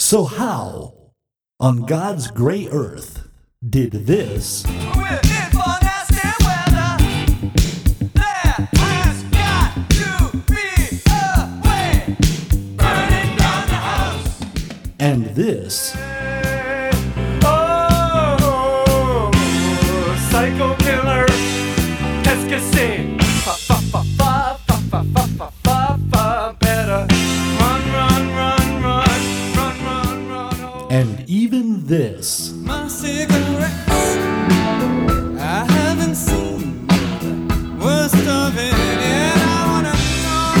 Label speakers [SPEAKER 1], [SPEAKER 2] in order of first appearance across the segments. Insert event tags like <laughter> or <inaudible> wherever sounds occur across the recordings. [SPEAKER 1] So, how on God's gray earth did this
[SPEAKER 2] We're in for nasty weather. There has got to be a way. Burning down the house.
[SPEAKER 1] and this
[SPEAKER 2] Oh, psycho killer. Let's get seen. Fa fa fa fa fa fa fa fa fa fa. Better run, run, run, run, run, run, run. Oh.
[SPEAKER 1] and even this.
[SPEAKER 2] My cigarettes I haven't seen the worst of it yet. I wanna know,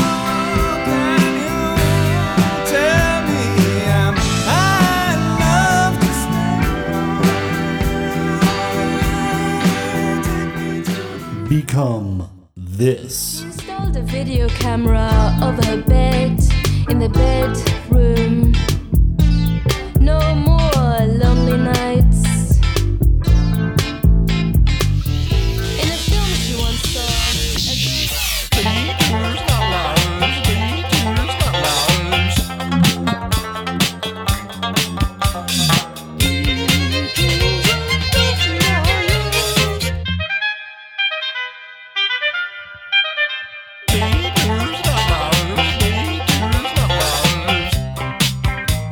[SPEAKER 2] can you tell me am I in love to stay? Take me to
[SPEAKER 1] become this.
[SPEAKER 3] Installed a video camera over bed in the bedroom. No more lonely nights. In a film she once saw, a girl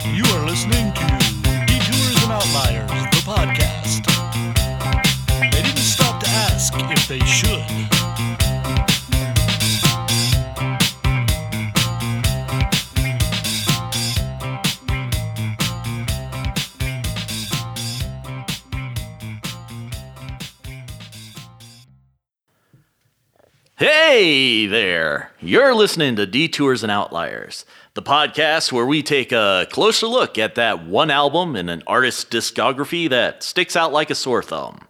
[SPEAKER 4] You are listening to Detours and Outliers, the podcast. They didn't stop to ask if they should.
[SPEAKER 5] Hey there! You're listening to Detours and Outliers, the podcast where we take a closer look at that one album in an artist's discography that sticks out like a sore thumb.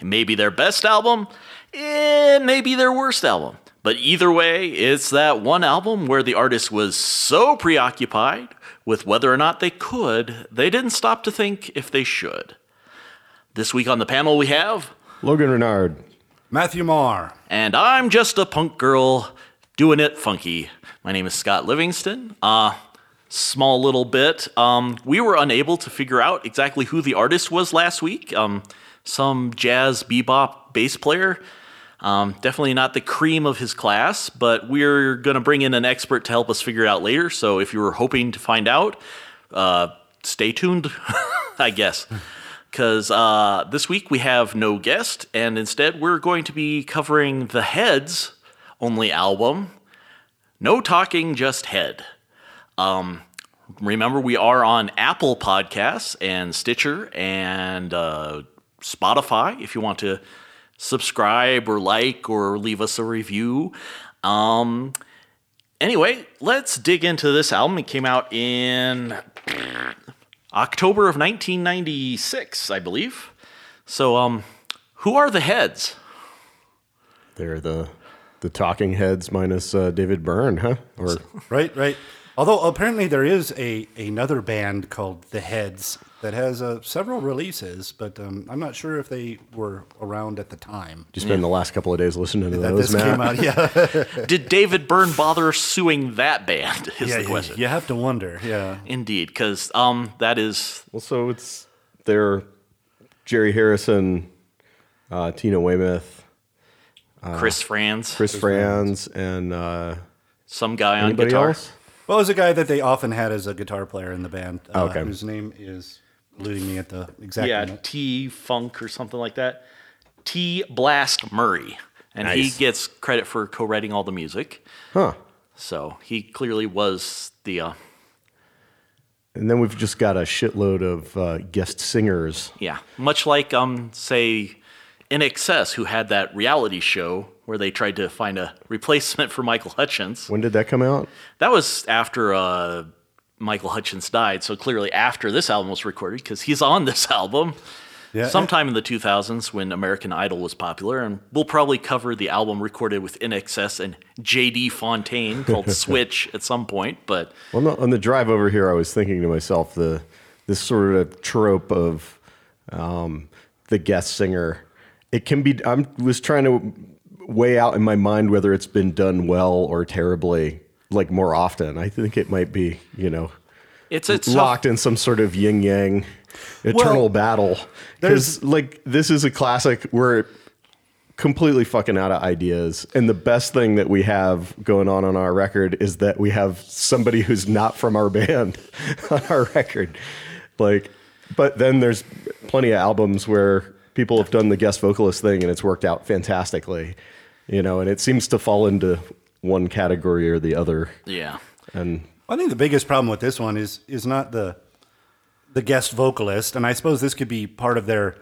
[SPEAKER 5] It may be their best album, it may be their worst album, but either way, it's that one album where the artist was so preoccupied with whether or not they could, they didn't stop to think if they should. This week on the panel, we have
[SPEAKER 6] Logan Renard.
[SPEAKER 7] Matthew Marr.
[SPEAKER 5] And I'm just a punk girl doing it funky. My name is Scott Livingston. Uh, small little bit. Um, we were unable to figure out exactly who the artist was last week. Um, some jazz bebop bass player. Um, definitely not the cream of his class, but we're going to bring in an expert to help us figure it out later. So if you were hoping to find out, uh, stay tuned, <laughs> I guess. Because uh, this week we have no guest, and instead we're going to be covering the Heads only album. No talking, just head. Um, remember, we are on Apple Podcasts and Stitcher and uh, Spotify if you want to subscribe or like or leave us a review. Um, anyway, let's dig into this album. It came out in October of 1996, I believe. So, um, who are the heads?
[SPEAKER 6] They're the the Talking Heads minus uh, David Byrne, huh? Or
[SPEAKER 7] Right, right. Although apparently there is a another band called The Heads that has uh, several releases, but um, I'm not sure if they were around at the time
[SPEAKER 6] just spend the last couple of days listening to
[SPEAKER 7] that
[SPEAKER 6] those,
[SPEAKER 7] this
[SPEAKER 6] Matt.
[SPEAKER 7] came
[SPEAKER 6] <laughs>
[SPEAKER 7] out. Yeah,
[SPEAKER 5] Did David Byrne bother suing that band? Is
[SPEAKER 7] yeah,
[SPEAKER 5] the
[SPEAKER 7] you,
[SPEAKER 5] question.
[SPEAKER 7] you have to wonder. Yeah,
[SPEAKER 5] Indeed, because um, that is
[SPEAKER 6] Well, so it's they're Jerry Harrison, uh, Tina Weymouth,
[SPEAKER 5] Chris Franz,
[SPEAKER 6] Chris Franz, and uh,
[SPEAKER 5] some guy on
[SPEAKER 6] anybody
[SPEAKER 5] guitar.
[SPEAKER 6] else?
[SPEAKER 7] well, it was a guy that they often had as a guitar player in the band, uh,
[SPEAKER 6] Okay.
[SPEAKER 7] whose name is eluding me at the exact
[SPEAKER 5] Yeah,
[SPEAKER 7] minute.
[SPEAKER 5] T Funk or something like that. T Blast Murray, and he
[SPEAKER 6] Nice.
[SPEAKER 5] gets credit for co-writing all the music.
[SPEAKER 6] Huh.
[SPEAKER 5] So he clearly was the uh,
[SPEAKER 6] And then we've just got a shitload of uh, guest singers.
[SPEAKER 5] Yeah, much like um, say, In Excess, who had that reality show where they tried to find a replacement for Michael Hutchins.
[SPEAKER 6] When did that come out?
[SPEAKER 5] That was after uh, Michael Hutchins died, so clearly after this album was recorded because he's on this <laughs> album.
[SPEAKER 7] Yeah,
[SPEAKER 5] Sometime in the 2000s when American Idol was popular, and we'll probably cover the album recorded with In Excess and J.D. Fontaine
[SPEAKER 7] <laughs>
[SPEAKER 5] called Switch at some point, but
[SPEAKER 6] Well, no, on the drive over here, I was thinking to myself the this sort of trope of um, the guest singer. It can be. I was trying to weigh out in my mind whether it's been done well or terribly, like more often. I think it might be. You know,
[SPEAKER 5] It's it's tough-
[SPEAKER 6] locked in some sort of yin yang eternal
[SPEAKER 7] Well,
[SPEAKER 6] battle. Because like this is a classic we're completely fucking out of ideas. And the best thing that we have going on on our record is that we have somebody who's not from our band <laughs> on our record. Like, but then there's plenty of albums where people have done the guest vocalist thing and it's worked out fantastically, you know, and it seems to fall into one category or the other.
[SPEAKER 5] Yeah.
[SPEAKER 6] And
[SPEAKER 7] I think the biggest problem with this one is is not the the guest vocalist, and I suppose this could be part of their,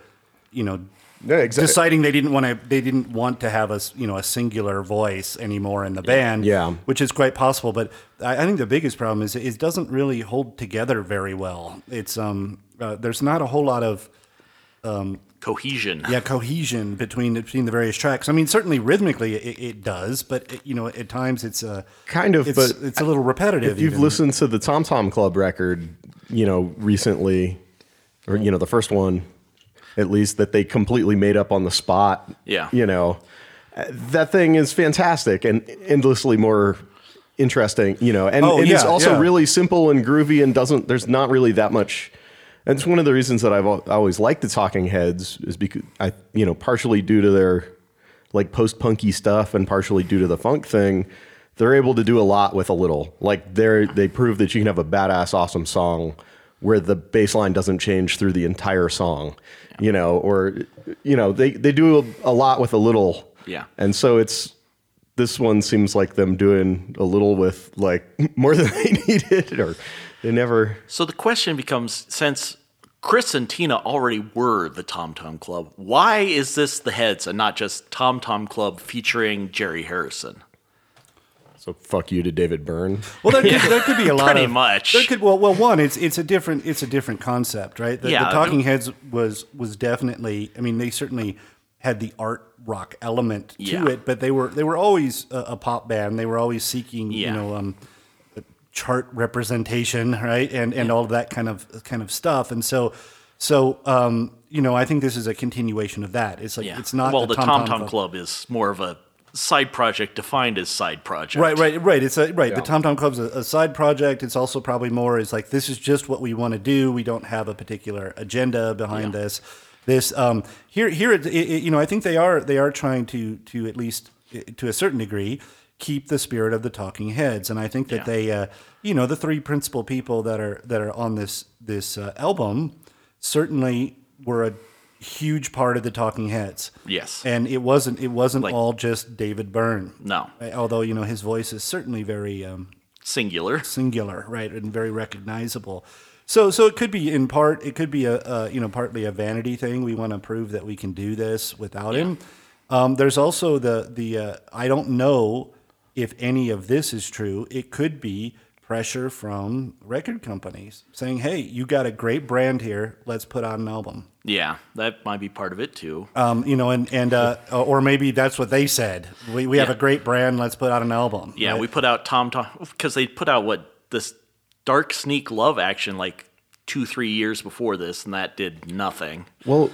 [SPEAKER 7] you know,
[SPEAKER 6] Yeah, exact-
[SPEAKER 7] deciding they didn't want to they didn't want to have a s- you know a singular voice anymore in the band.
[SPEAKER 6] Yeah.
[SPEAKER 7] which is quite possible. But I, I think the biggest problem is it doesn't really hold together very well. It's um uh, there's not a whole lot of
[SPEAKER 5] Cohesion.
[SPEAKER 7] yeah cohesion between between the various tracks. I mean, certainly rhythmically it, it does, but it, you know at times it's uh,
[SPEAKER 6] Kind of,
[SPEAKER 7] it's,
[SPEAKER 6] but
[SPEAKER 7] it's a little repetitive.
[SPEAKER 6] if you've
[SPEAKER 7] even.
[SPEAKER 6] listened to the Tom Tom Club record, you know, recently, or, you know, the first one, at least, that they completely made up on the spot.
[SPEAKER 5] Yeah.
[SPEAKER 6] You know, uh, that thing is fantastic and endlessly more interesting, you know, and,
[SPEAKER 7] Oh,
[SPEAKER 6] and it's
[SPEAKER 7] yeah,
[SPEAKER 6] also
[SPEAKER 7] yeah.
[SPEAKER 6] really simple and groovy and doesn't, there's not really that much. and It's one of the reasons that I've al- I always liked the Talking Heads is because I, you know, partially due to their like post punky stuff and partially due to the funk thing, they're able to do a lot with a little. Like they're they prove that you can have a badass awesome song where the bass line doesn't change through the entire song. You know, or you know, they, they do a, a lot with a little.
[SPEAKER 5] Yeah.
[SPEAKER 6] And so it's this one seems like them doing a little with like <laughs> more than they needed or they never
[SPEAKER 5] So the question becomes since Chris and Tina already were the Tom Tom Club, why is this the heads and not just Tom Tom Club featuring Jerry Harrison?
[SPEAKER 6] so fuck you to David Byrne.
[SPEAKER 7] Well, there could, there could be a lot
[SPEAKER 5] Pretty
[SPEAKER 7] of
[SPEAKER 5] much.
[SPEAKER 7] There could well, well, one, it's it's a different it's a different concept, right? The,
[SPEAKER 5] Yeah.
[SPEAKER 7] the Talking Heads was was definitely. I mean, they certainly had the art rock element to
[SPEAKER 5] Yeah.
[SPEAKER 7] it, but they were they were always a, a pop band. They were always seeking,
[SPEAKER 5] Yeah.
[SPEAKER 7] you know, um, chart representation, right? And and all of that kind of kind of stuff. And so so um, you know, I think this is a continuation of that. It's like
[SPEAKER 5] Yeah.
[SPEAKER 7] it's not
[SPEAKER 5] well,
[SPEAKER 7] the
[SPEAKER 5] the
[SPEAKER 7] Tom
[SPEAKER 5] Tom Tom Club is more of a side project defined as side project.
[SPEAKER 7] Right, right, right. It's a, right. The Tom Tom Club's a, a side project. It's also probably more is like this is just what we want to do. We don't have a particular agenda behind this. This um, here here it, it, it- you know I think they are they are trying to to at least eh, to a certain degree keep the spirit of the Talking Heads, and I think that
[SPEAKER 5] Yeah.
[SPEAKER 7] they uh, you know the three principal people that are that are on this this uh, album certainly were a huge part of the Talking Heads.
[SPEAKER 5] Yes.
[SPEAKER 7] and it wasn't it wasn't
[SPEAKER 5] Like-
[SPEAKER 7] all just David Byrne.
[SPEAKER 5] No.
[SPEAKER 7] Uh, although you know his voice is certainly very um,
[SPEAKER 5] Singular.
[SPEAKER 7] singular, right, and very recognizable. So, so it could be in part, it could be a, a you know partly a vanity thing. We want to prove that we can do this without him. Um, there's also the the uh, I don't know if any of this is true. It could be pressure from record companies saying, "Hey, you got a great brand here. Let's put out an album."
[SPEAKER 5] Yeah, that might be part of it too.
[SPEAKER 7] Um, you know, and and uh, or maybe that's what they said. We, we have
[SPEAKER 5] Yeah.
[SPEAKER 7] a great brand. Let's put out an album.
[SPEAKER 5] yeah,
[SPEAKER 7] right?
[SPEAKER 5] we put out Tom Tom because they put out what this Dark Sneak Love action like two three years before this, and that did nothing.
[SPEAKER 6] Well,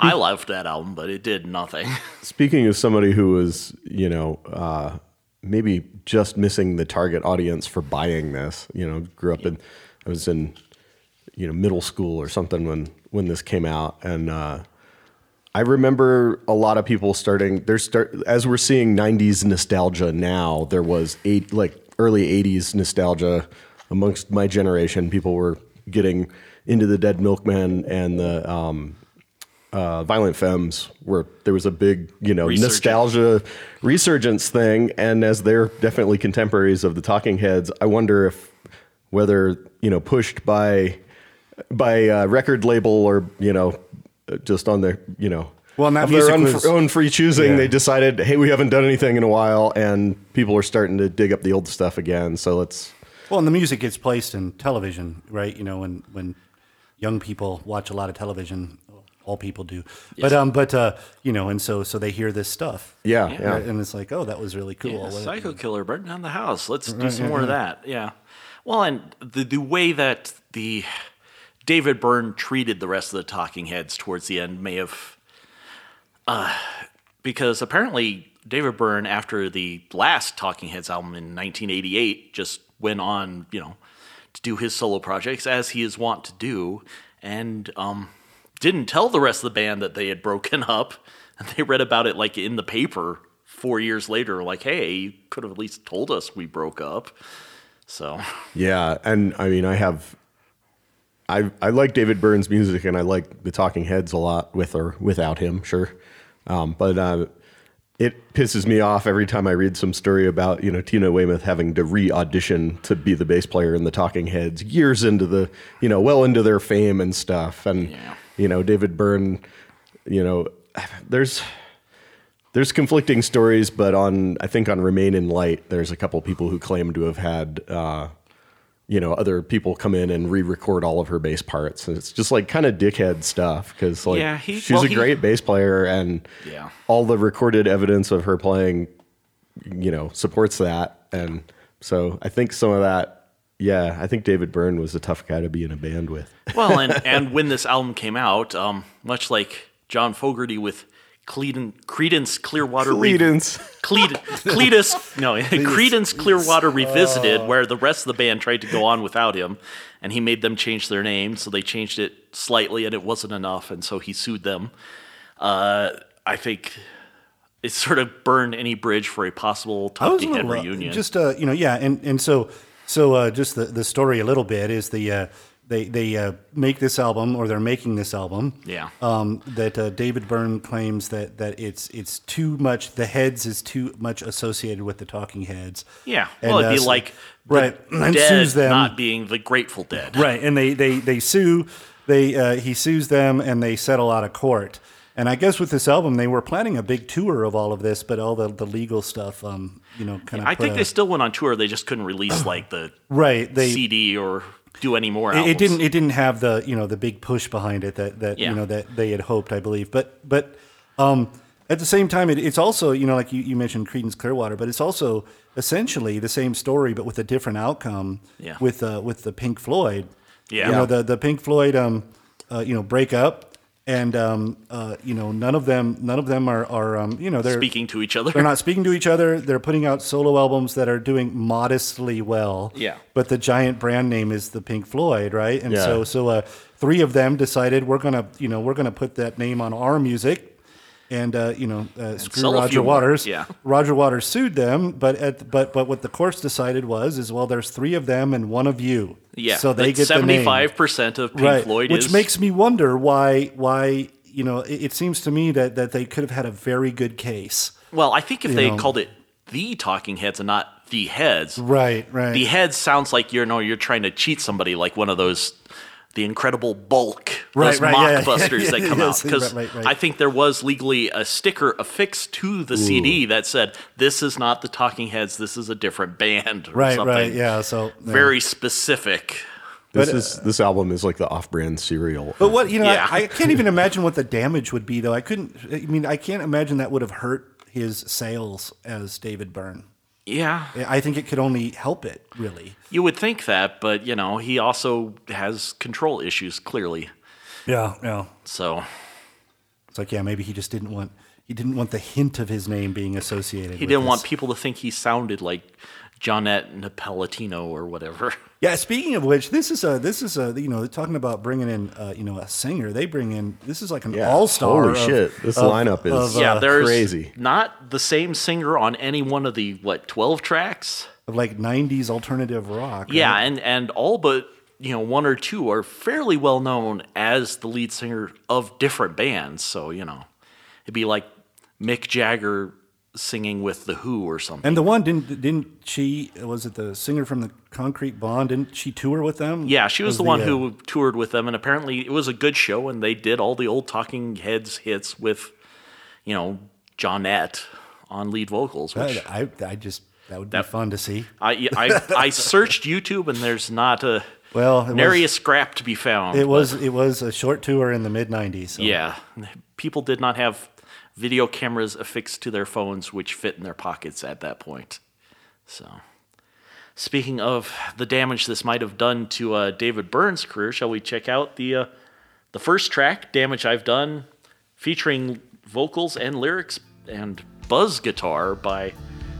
[SPEAKER 5] I loved that album, but it did nothing. <laughs>
[SPEAKER 6] Speaking as somebody who was, you know, uh, maybe just missing the target audience for buying this, you know, grew up in, I was in, you know, middle school or something when when this came out, and uh, I remember a lot of people starting. They're start as we're seeing '90s nostalgia now. There was eight like early '80s nostalgia amongst my generation. People were getting into the Dead Milkman and the um, uh, Violent Femmes, where there was a big you know
[SPEAKER 5] Resurgence.
[SPEAKER 6] nostalgia resurgence thing. And as they're definitely contemporaries of the Talking Heads, I wonder if whether you know pushed by by uh, record label or you know just on their you know
[SPEAKER 7] Well, and that
[SPEAKER 6] of their
[SPEAKER 7] music
[SPEAKER 6] own,
[SPEAKER 7] was-
[SPEAKER 6] own free choosing
[SPEAKER 7] Yeah.
[SPEAKER 6] they decided hey we haven't done anything in a while and people are starting to dig up the old stuff again so let's
[SPEAKER 7] Well, and the music gets placed in television, right? You know, when when young people watch a lot of television, all people do. But um, but uh, you know, and so so they hear this stuff.
[SPEAKER 6] yeah
[SPEAKER 7] Right?
[SPEAKER 6] yeah,
[SPEAKER 7] And it's like, oh, that was really cool.
[SPEAKER 5] Yeah,
[SPEAKER 7] What-
[SPEAKER 5] Psycho Killer burning down the house. Let's do some more of that. Yeah. Well, and the the way that the David Byrne treated the rest of the Talking Heads towards the end may have, uh, because apparently David Byrne after the last Talking Heads album in 1988 just went on, you know, to do his solo projects as he is wont to do, and um, didn't tell the rest of the band that they had broken <laughs> up. And they read about it like in the paper four years later, like, "Hey, you could have at least told us we broke up." So <laughs>
[SPEAKER 6] Yeah, and I mean, I have, I I like David Byrne's music, and I like the Talking Heads a lot with or without him, sure. Um, but uh, it pisses me off every time I read some story about you know Tina Weymouth having to re-audition to be the bass player in the Talking Heads years into the you know well into their fame and stuff, and
[SPEAKER 5] Yeah.
[SPEAKER 6] you know David Byrne, you know, there's there's conflicting stories, but on I think on Remain in Light, there's a couple people who claim to have had uh, you know other people come in and re-record all of her bass parts, and it's just like kind of dickhead stuff because like
[SPEAKER 5] Yeah, he-
[SPEAKER 6] she's
[SPEAKER 5] well,
[SPEAKER 6] a
[SPEAKER 5] he-
[SPEAKER 6] great bass player, and
[SPEAKER 5] Yeah.
[SPEAKER 6] all the recorded evidence of her playing, you know, supports that, and so I think some of that, yeah, I think David Byrne was a tough guy to be in a band with.
[SPEAKER 5] well, and, and when this album came out, um, much like John Fogerty with Cleden, Credence Clearwater Re-
[SPEAKER 6] Credence.
[SPEAKER 5] Cled- Cletus, no, <laughs> Credence Clearwater Revisited,
[SPEAKER 7] Oh.
[SPEAKER 5] where the rest of the band tried to go on without him, and he made them change their name, so they changed it slightly, and it wasn't enough, and so he sued them. Uh, I think it sort of burned any bridge for a possible
[SPEAKER 7] I was a
[SPEAKER 5] Talking Head
[SPEAKER 7] little, uh,
[SPEAKER 5] reunion.
[SPEAKER 7] Just uh, you know, yeah, and and so so uh, just the, the story a little bit is the uh, they they uh, make this album or they're making this album.
[SPEAKER 5] Yeah.
[SPEAKER 7] Um, that uh, David Byrne claims that that it's it's too much. The heads is too much associated with the Talking Heads.
[SPEAKER 5] yeah, well,
[SPEAKER 7] And,
[SPEAKER 5] it'd
[SPEAKER 7] uh,
[SPEAKER 5] be
[SPEAKER 7] so-
[SPEAKER 5] like the
[SPEAKER 7] right <clears throat> and
[SPEAKER 5] dead
[SPEAKER 7] sues them
[SPEAKER 5] not being the Grateful Dead.
[SPEAKER 7] right and they they they sue they uh, he sues them and they settle out of court and i guess with this album they were planning a big tour of all of this but all the, the legal stuff um you know kind of
[SPEAKER 5] I think they still went on tour. They just couldn't release
[SPEAKER 7] <clears throat>
[SPEAKER 5] like the
[SPEAKER 7] right they
[SPEAKER 5] CD or do any more.
[SPEAKER 7] it,
[SPEAKER 5] albums.
[SPEAKER 7] it didn't it didn't have the you know the big push behind it that that
[SPEAKER 5] Yeah.
[SPEAKER 7] you know that they had hoped i believe but but um at the same time it, it's also you know like you, you mentioned credence clearwater but it's also essentially the same story but with a different outcome
[SPEAKER 5] Yeah.
[SPEAKER 7] with uh with the pink floyd
[SPEAKER 5] Yeah.
[SPEAKER 7] you know the the pink floyd um uh, you know break up and um uh you know none of them none of them are are um you know they're
[SPEAKER 5] Speaking to each other.
[SPEAKER 7] they're not speaking to each other. They're putting out solo albums that are doing modestly well.
[SPEAKER 5] Yeah.
[SPEAKER 7] But the giant brand name is the Pink Floyd, right? And
[SPEAKER 6] Yeah.
[SPEAKER 7] so so uh, three of them decided we're gonna you know we're gonna put that name on our music, and uh, you know
[SPEAKER 5] sell
[SPEAKER 7] uh, screw
[SPEAKER 5] a
[SPEAKER 7] Roger
[SPEAKER 5] few more.
[SPEAKER 7] Waters.
[SPEAKER 5] Yeah.
[SPEAKER 7] Roger Waters sued them, but at but but what the courts decided was is well there's three of them and one of you.
[SPEAKER 5] Yeah.
[SPEAKER 7] So they get the name.
[SPEAKER 5] seventy-five percent of Pink Floyd,
[SPEAKER 7] Which
[SPEAKER 5] is,
[SPEAKER 7] makes me wonder why why you know it, it seems to me that that they could have had a very good case.
[SPEAKER 5] Well, I think if they
[SPEAKER 7] know.
[SPEAKER 5] had called it the Talking Heads and not the Heads,
[SPEAKER 7] Right, right.
[SPEAKER 5] the Heads sounds like you're no, you're trying to cheat somebody, like one of those. The Incredible Bulk,
[SPEAKER 7] Right,
[SPEAKER 5] those
[SPEAKER 7] right, yeah, yeah,
[SPEAKER 5] mockbusters
[SPEAKER 7] yeah,
[SPEAKER 5] that come
[SPEAKER 7] yes,
[SPEAKER 5] out, because
[SPEAKER 7] right, right, right.
[SPEAKER 5] I think there was legally a sticker affixed to the CD that said, "This is not the Talking Heads. This is a different band." Or
[SPEAKER 7] right,
[SPEAKER 5] something.
[SPEAKER 7] right, yeah. So yeah.
[SPEAKER 5] very specific.
[SPEAKER 6] This is this album is like the off-brand cereal.
[SPEAKER 7] But what you know,
[SPEAKER 5] Yeah.
[SPEAKER 7] I, I
[SPEAKER 5] <laughs>
[SPEAKER 7] can't even imagine what the damage would be, though. I couldn't. I mean, I can't imagine that would have hurt his sales as David Byrne.
[SPEAKER 5] Yeah,
[SPEAKER 7] I think it could only help it, really.
[SPEAKER 5] you would think that, but you know, he also has control issues clearly.
[SPEAKER 7] Yeah, yeah.
[SPEAKER 5] So
[SPEAKER 7] It's like, yeah, maybe he just didn't want he didn't want the hint of his name being associated.
[SPEAKER 5] he didn't want people to think he sounded like Johnette Napolitano or whatever.
[SPEAKER 7] Yeah. Speaking of which, this is a this is a you know talking about bringing in uh, you know a singer. They bring in this is like an
[SPEAKER 6] Yeah.
[SPEAKER 7] all star.
[SPEAKER 6] Holy shit! This lineup is
[SPEAKER 7] of, uh,
[SPEAKER 5] yeah, there's
[SPEAKER 6] crazy.
[SPEAKER 5] not the same singer on any one of the what twelve tracks.
[SPEAKER 7] of like '90s alternative rock.
[SPEAKER 5] Yeah,
[SPEAKER 7] right?
[SPEAKER 5] and and all but you know one or two are fairly well known as the lead singer of different bands. So you know, it'd be like Mick Jagger singing with the Who or something.
[SPEAKER 7] And the one didn't didn't she was it the singer from the Concrete Bond? Didn't she tour with them?
[SPEAKER 5] Yeah, she was,
[SPEAKER 7] As
[SPEAKER 5] the, one
[SPEAKER 7] uh,
[SPEAKER 5] who toured with them, and apparently it was a good show, and they did all the old Talking Heads hits with, you know, Johnette on lead vocals, which
[SPEAKER 7] I, I I just that would be fun to see.
[SPEAKER 5] I, I,
[SPEAKER 7] <laughs>
[SPEAKER 5] I searched YouTube, and there's not a
[SPEAKER 7] Well, it
[SPEAKER 5] nary
[SPEAKER 7] was,
[SPEAKER 5] a scrap to be found.
[SPEAKER 7] it was it was a short tour in the mid '90s. so-
[SPEAKER 5] Yeah, people did not have video cameras affixed to their phones, which fit in their pockets at that point. So, speaking of the damage this might have done to uh, David Byrne's career, shall we check out the uh, the first track, "Damage I've Done," featuring vocals and lyrics and buzz guitar by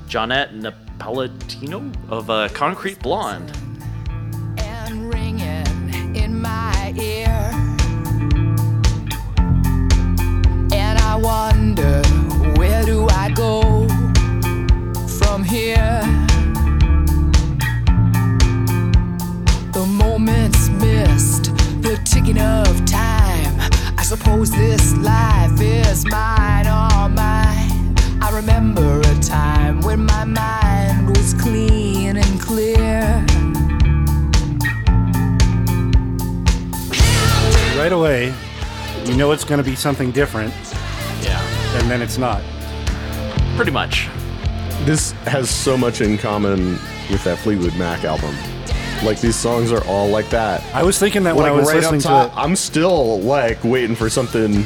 [SPEAKER 5] Johnette Napolitano of uh, Concrete Blonde.
[SPEAKER 8] And knows this life is mine, all mine. I remember a time when my mind was clean and clear.
[SPEAKER 7] Right away, you know it's going to be something different,
[SPEAKER 5] Yeah,
[SPEAKER 7] and then it's not.
[SPEAKER 5] pretty much.
[SPEAKER 6] This has so much in common with that Fleetwood Mac album. Like these songs are all like that.
[SPEAKER 7] I was thinking that when
[SPEAKER 6] like
[SPEAKER 7] I was
[SPEAKER 6] right up
[SPEAKER 7] listening
[SPEAKER 6] top,
[SPEAKER 7] to it.
[SPEAKER 6] I'm still like waiting for something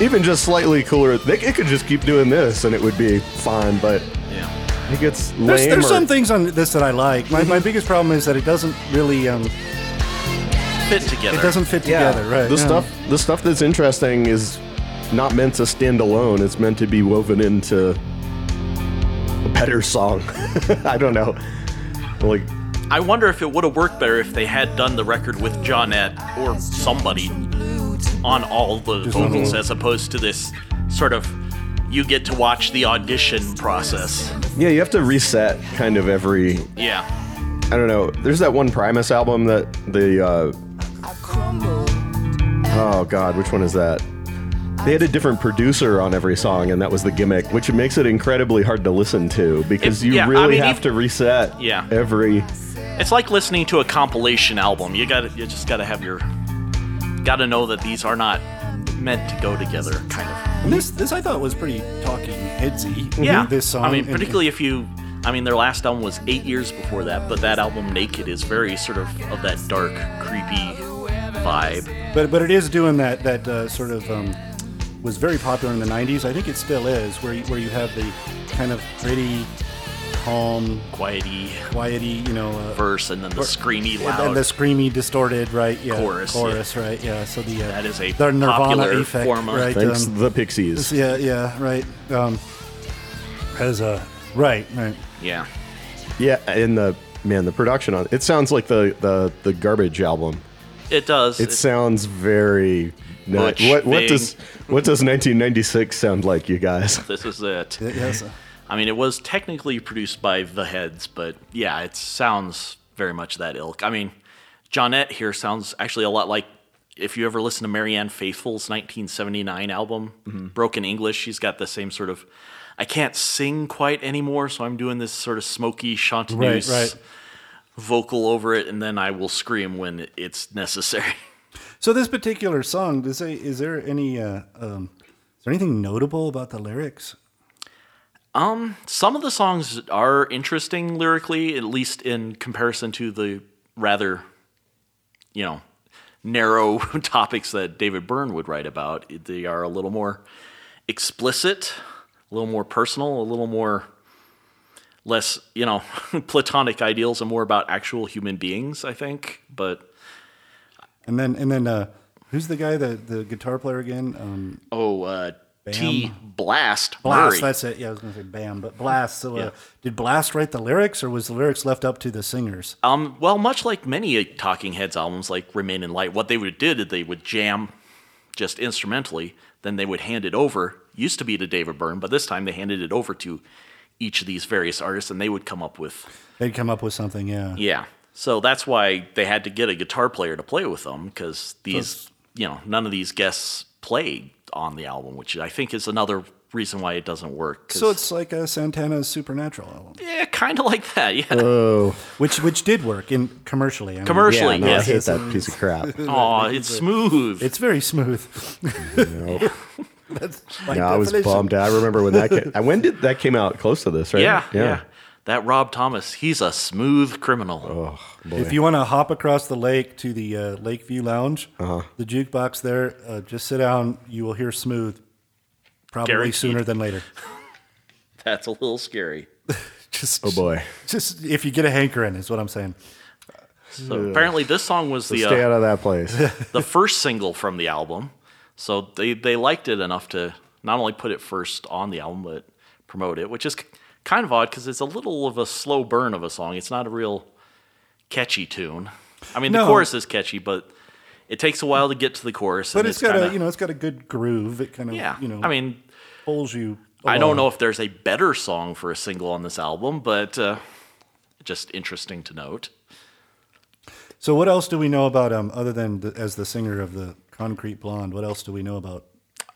[SPEAKER 6] even just slightly cooler. They, it could just keep doing this and it would be fine, but
[SPEAKER 5] Yeah,
[SPEAKER 6] it gets lame.
[SPEAKER 7] There's, there's
[SPEAKER 6] or-
[SPEAKER 7] some things on this that I like. My, my biggest problem is that it doesn't really um,
[SPEAKER 5] fit together.
[SPEAKER 7] it doesn't fit
[SPEAKER 6] yeah,
[SPEAKER 7] together, right?
[SPEAKER 6] The
[SPEAKER 7] yeah.
[SPEAKER 6] stuff the stuff that's interesting is not meant to stand alone. It's meant to be woven into a better song. <laughs> I don't know. Like
[SPEAKER 5] I wonder if it would have worked better if they had done the record with Johnette or somebody on all the vocals as opposed to this sort of you get to watch the audition process.
[SPEAKER 6] yeah, you have to reset kind of every
[SPEAKER 5] Yeah.
[SPEAKER 6] I don't know. There's that one Primus album that the uh, oh god, which one is that? They had a different producer on every song, and that was the gimmick, which makes it incredibly hard to listen to because
[SPEAKER 5] It-
[SPEAKER 6] you
[SPEAKER 5] yeah, I
[SPEAKER 6] really
[SPEAKER 5] mean,
[SPEAKER 6] have
[SPEAKER 5] ev-
[SPEAKER 6] to reset
[SPEAKER 5] Yeah.
[SPEAKER 6] every.
[SPEAKER 5] It's like listening to a compilation album. You got to you just got to have your got to know that these are not meant to go together kind of.
[SPEAKER 7] And this this I thought was pretty talking headsy.
[SPEAKER 5] Yeah.
[SPEAKER 7] This song.
[SPEAKER 5] I mean,
[SPEAKER 7] and-
[SPEAKER 5] particularly if you I mean, their last album was 8 years before that, but that album Naked is very sort of of that dark, creepy vibe.
[SPEAKER 7] But but it is doing that that uh, sort of um, was very popular in the '90s. I think it still is, where you, where you have the kind of pretty, calm,
[SPEAKER 5] quiety
[SPEAKER 7] quiety, you know, uh,
[SPEAKER 5] verse and then the screamy
[SPEAKER 7] and then
[SPEAKER 5] loud.
[SPEAKER 7] the screamy, distorted, right? Yeah,
[SPEAKER 5] Chorus,
[SPEAKER 7] chorus, right? Yeah. So the uh,
[SPEAKER 5] That is a
[SPEAKER 7] the Nirvana
[SPEAKER 5] popular
[SPEAKER 7] effect,
[SPEAKER 5] form of-
[SPEAKER 7] right?
[SPEAKER 6] Thanks,
[SPEAKER 7] um,
[SPEAKER 6] the Pixies.
[SPEAKER 7] yeah, yeah, right. Um, as a right, right.
[SPEAKER 5] yeah.
[SPEAKER 6] Yeah, and the man, the production on it sounds like the the the garbage album.
[SPEAKER 5] It does.
[SPEAKER 6] It sounds very. Nuts.
[SPEAKER 5] Butch,
[SPEAKER 6] What what
[SPEAKER 5] Vig.
[SPEAKER 6] does what does 1996 sound like,
[SPEAKER 5] <laughs>
[SPEAKER 6] you guys?
[SPEAKER 5] this is it.
[SPEAKER 7] Yes.
[SPEAKER 5] I mean, it was technically produced by The Heads, but yeah, it sounds very much that ilk. I mean, Johnette here sounds actually a lot like if you ever listen to Marianne Faithfull's 1979 album,
[SPEAKER 7] Mm-hmm.
[SPEAKER 5] Broken English, she's got the same sort of I can't sing quite anymore, so I'm doing this sort of smoky chanteuse
[SPEAKER 7] Right, right.
[SPEAKER 5] vocal over it, and then I will scream when it's necessary. <laughs>
[SPEAKER 7] So this particular song, does they, is there any uh, um, is there anything notable about the lyrics?
[SPEAKER 5] Some of the songs are interesting lyrically, at least in comparison to the rather, you know, narrow <laughs> topics that David Byrne would write about. They are a little more explicit, a little more personal, a little more less, you know, <laughs> platonic ideals and more about actual human beings, I think. But
[SPEAKER 7] And then and then uh, who's the guy the the guitar player again? Um,
[SPEAKER 5] oh, uh, T Blast,
[SPEAKER 7] Blast.
[SPEAKER 5] Murray.
[SPEAKER 7] That's it. Yeah, I was gonna say Bam, but Blast. So uh, did Blast write the lyrics, or was the lyrics left up to the singers?
[SPEAKER 5] Um, well, much like many Talking Heads albums, like Remain in Light, what they would did is they would jam just instrumentally, then they would hand it over. Used to be to David Byrne, but this time they handed it over to each of these various artists, and they would come up with
[SPEAKER 7] They'd come up with something. Yeah.
[SPEAKER 5] yeah. So that's why they had to get a guitar player to play with them because these, you know, none of these guests play on the album, which I think is another reason why it doesn't work. 'cause-
[SPEAKER 7] So it's like a Santana's Supernatural album,
[SPEAKER 5] yeah, kind of like that. Yeah,
[SPEAKER 6] Uh,
[SPEAKER 7] which which did work in commercially. I mean,
[SPEAKER 5] commercially,
[SPEAKER 6] no, I
[SPEAKER 5] yes.
[SPEAKER 6] hate
[SPEAKER 7] <laughs>
[SPEAKER 6] that piece of crap.
[SPEAKER 5] Aw, it's smooth.
[SPEAKER 7] It's very smooth. <laughs>
[SPEAKER 6] Yeah, I was bummed. I remember when that came.
[SPEAKER 7] <laughs>
[SPEAKER 6] When did that came out? Close to this, right?
[SPEAKER 5] Yeah, yeah, That Rob Thomas, he's a smooth criminal.
[SPEAKER 7] Oh. If you want to hop across the lake to the uh, Lakeview Lounge,
[SPEAKER 6] Uh-huh.
[SPEAKER 7] the jukebox there, uh, just sit down. You will hear smooth, probably
[SPEAKER 5] Guaranteed.
[SPEAKER 7] sooner
[SPEAKER 6] <laughs>
[SPEAKER 7] than later.
[SPEAKER 5] That's a little scary.
[SPEAKER 7] Just,
[SPEAKER 6] Oh boy.
[SPEAKER 7] just if you get a hankering, is what I'm saying.
[SPEAKER 5] So apparently, this song was the
[SPEAKER 6] Stay
[SPEAKER 5] uh,
[SPEAKER 6] out of that
[SPEAKER 7] <laughs>
[SPEAKER 6] place.
[SPEAKER 5] the first single from the album, so they they liked it enough to not only put it first on the album but promote it, which is k- kind of odd because it's a little of a slow burn of a song. It's not a real catchy tune. I mean,
[SPEAKER 7] No.
[SPEAKER 5] the chorus is catchy, but it takes a while to get to the chorus.
[SPEAKER 7] But
[SPEAKER 5] and
[SPEAKER 7] it's got
[SPEAKER 5] kinda,
[SPEAKER 7] a you know it's got a good groove. It kind of
[SPEAKER 5] yeah.
[SPEAKER 7] you know
[SPEAKER 5] I mean,
[SPEAKER 7] pulls you.
[SPEAKER 5] I don't
[SPEAKER 7] along.
[SPEAKER 5] know if there's a better song for a single on this album, but uh, just interesting to note.
[SPEAKER 7] um, So what else do we know about him other than the, as the singer of the Concrete Blonde. What else do we know about?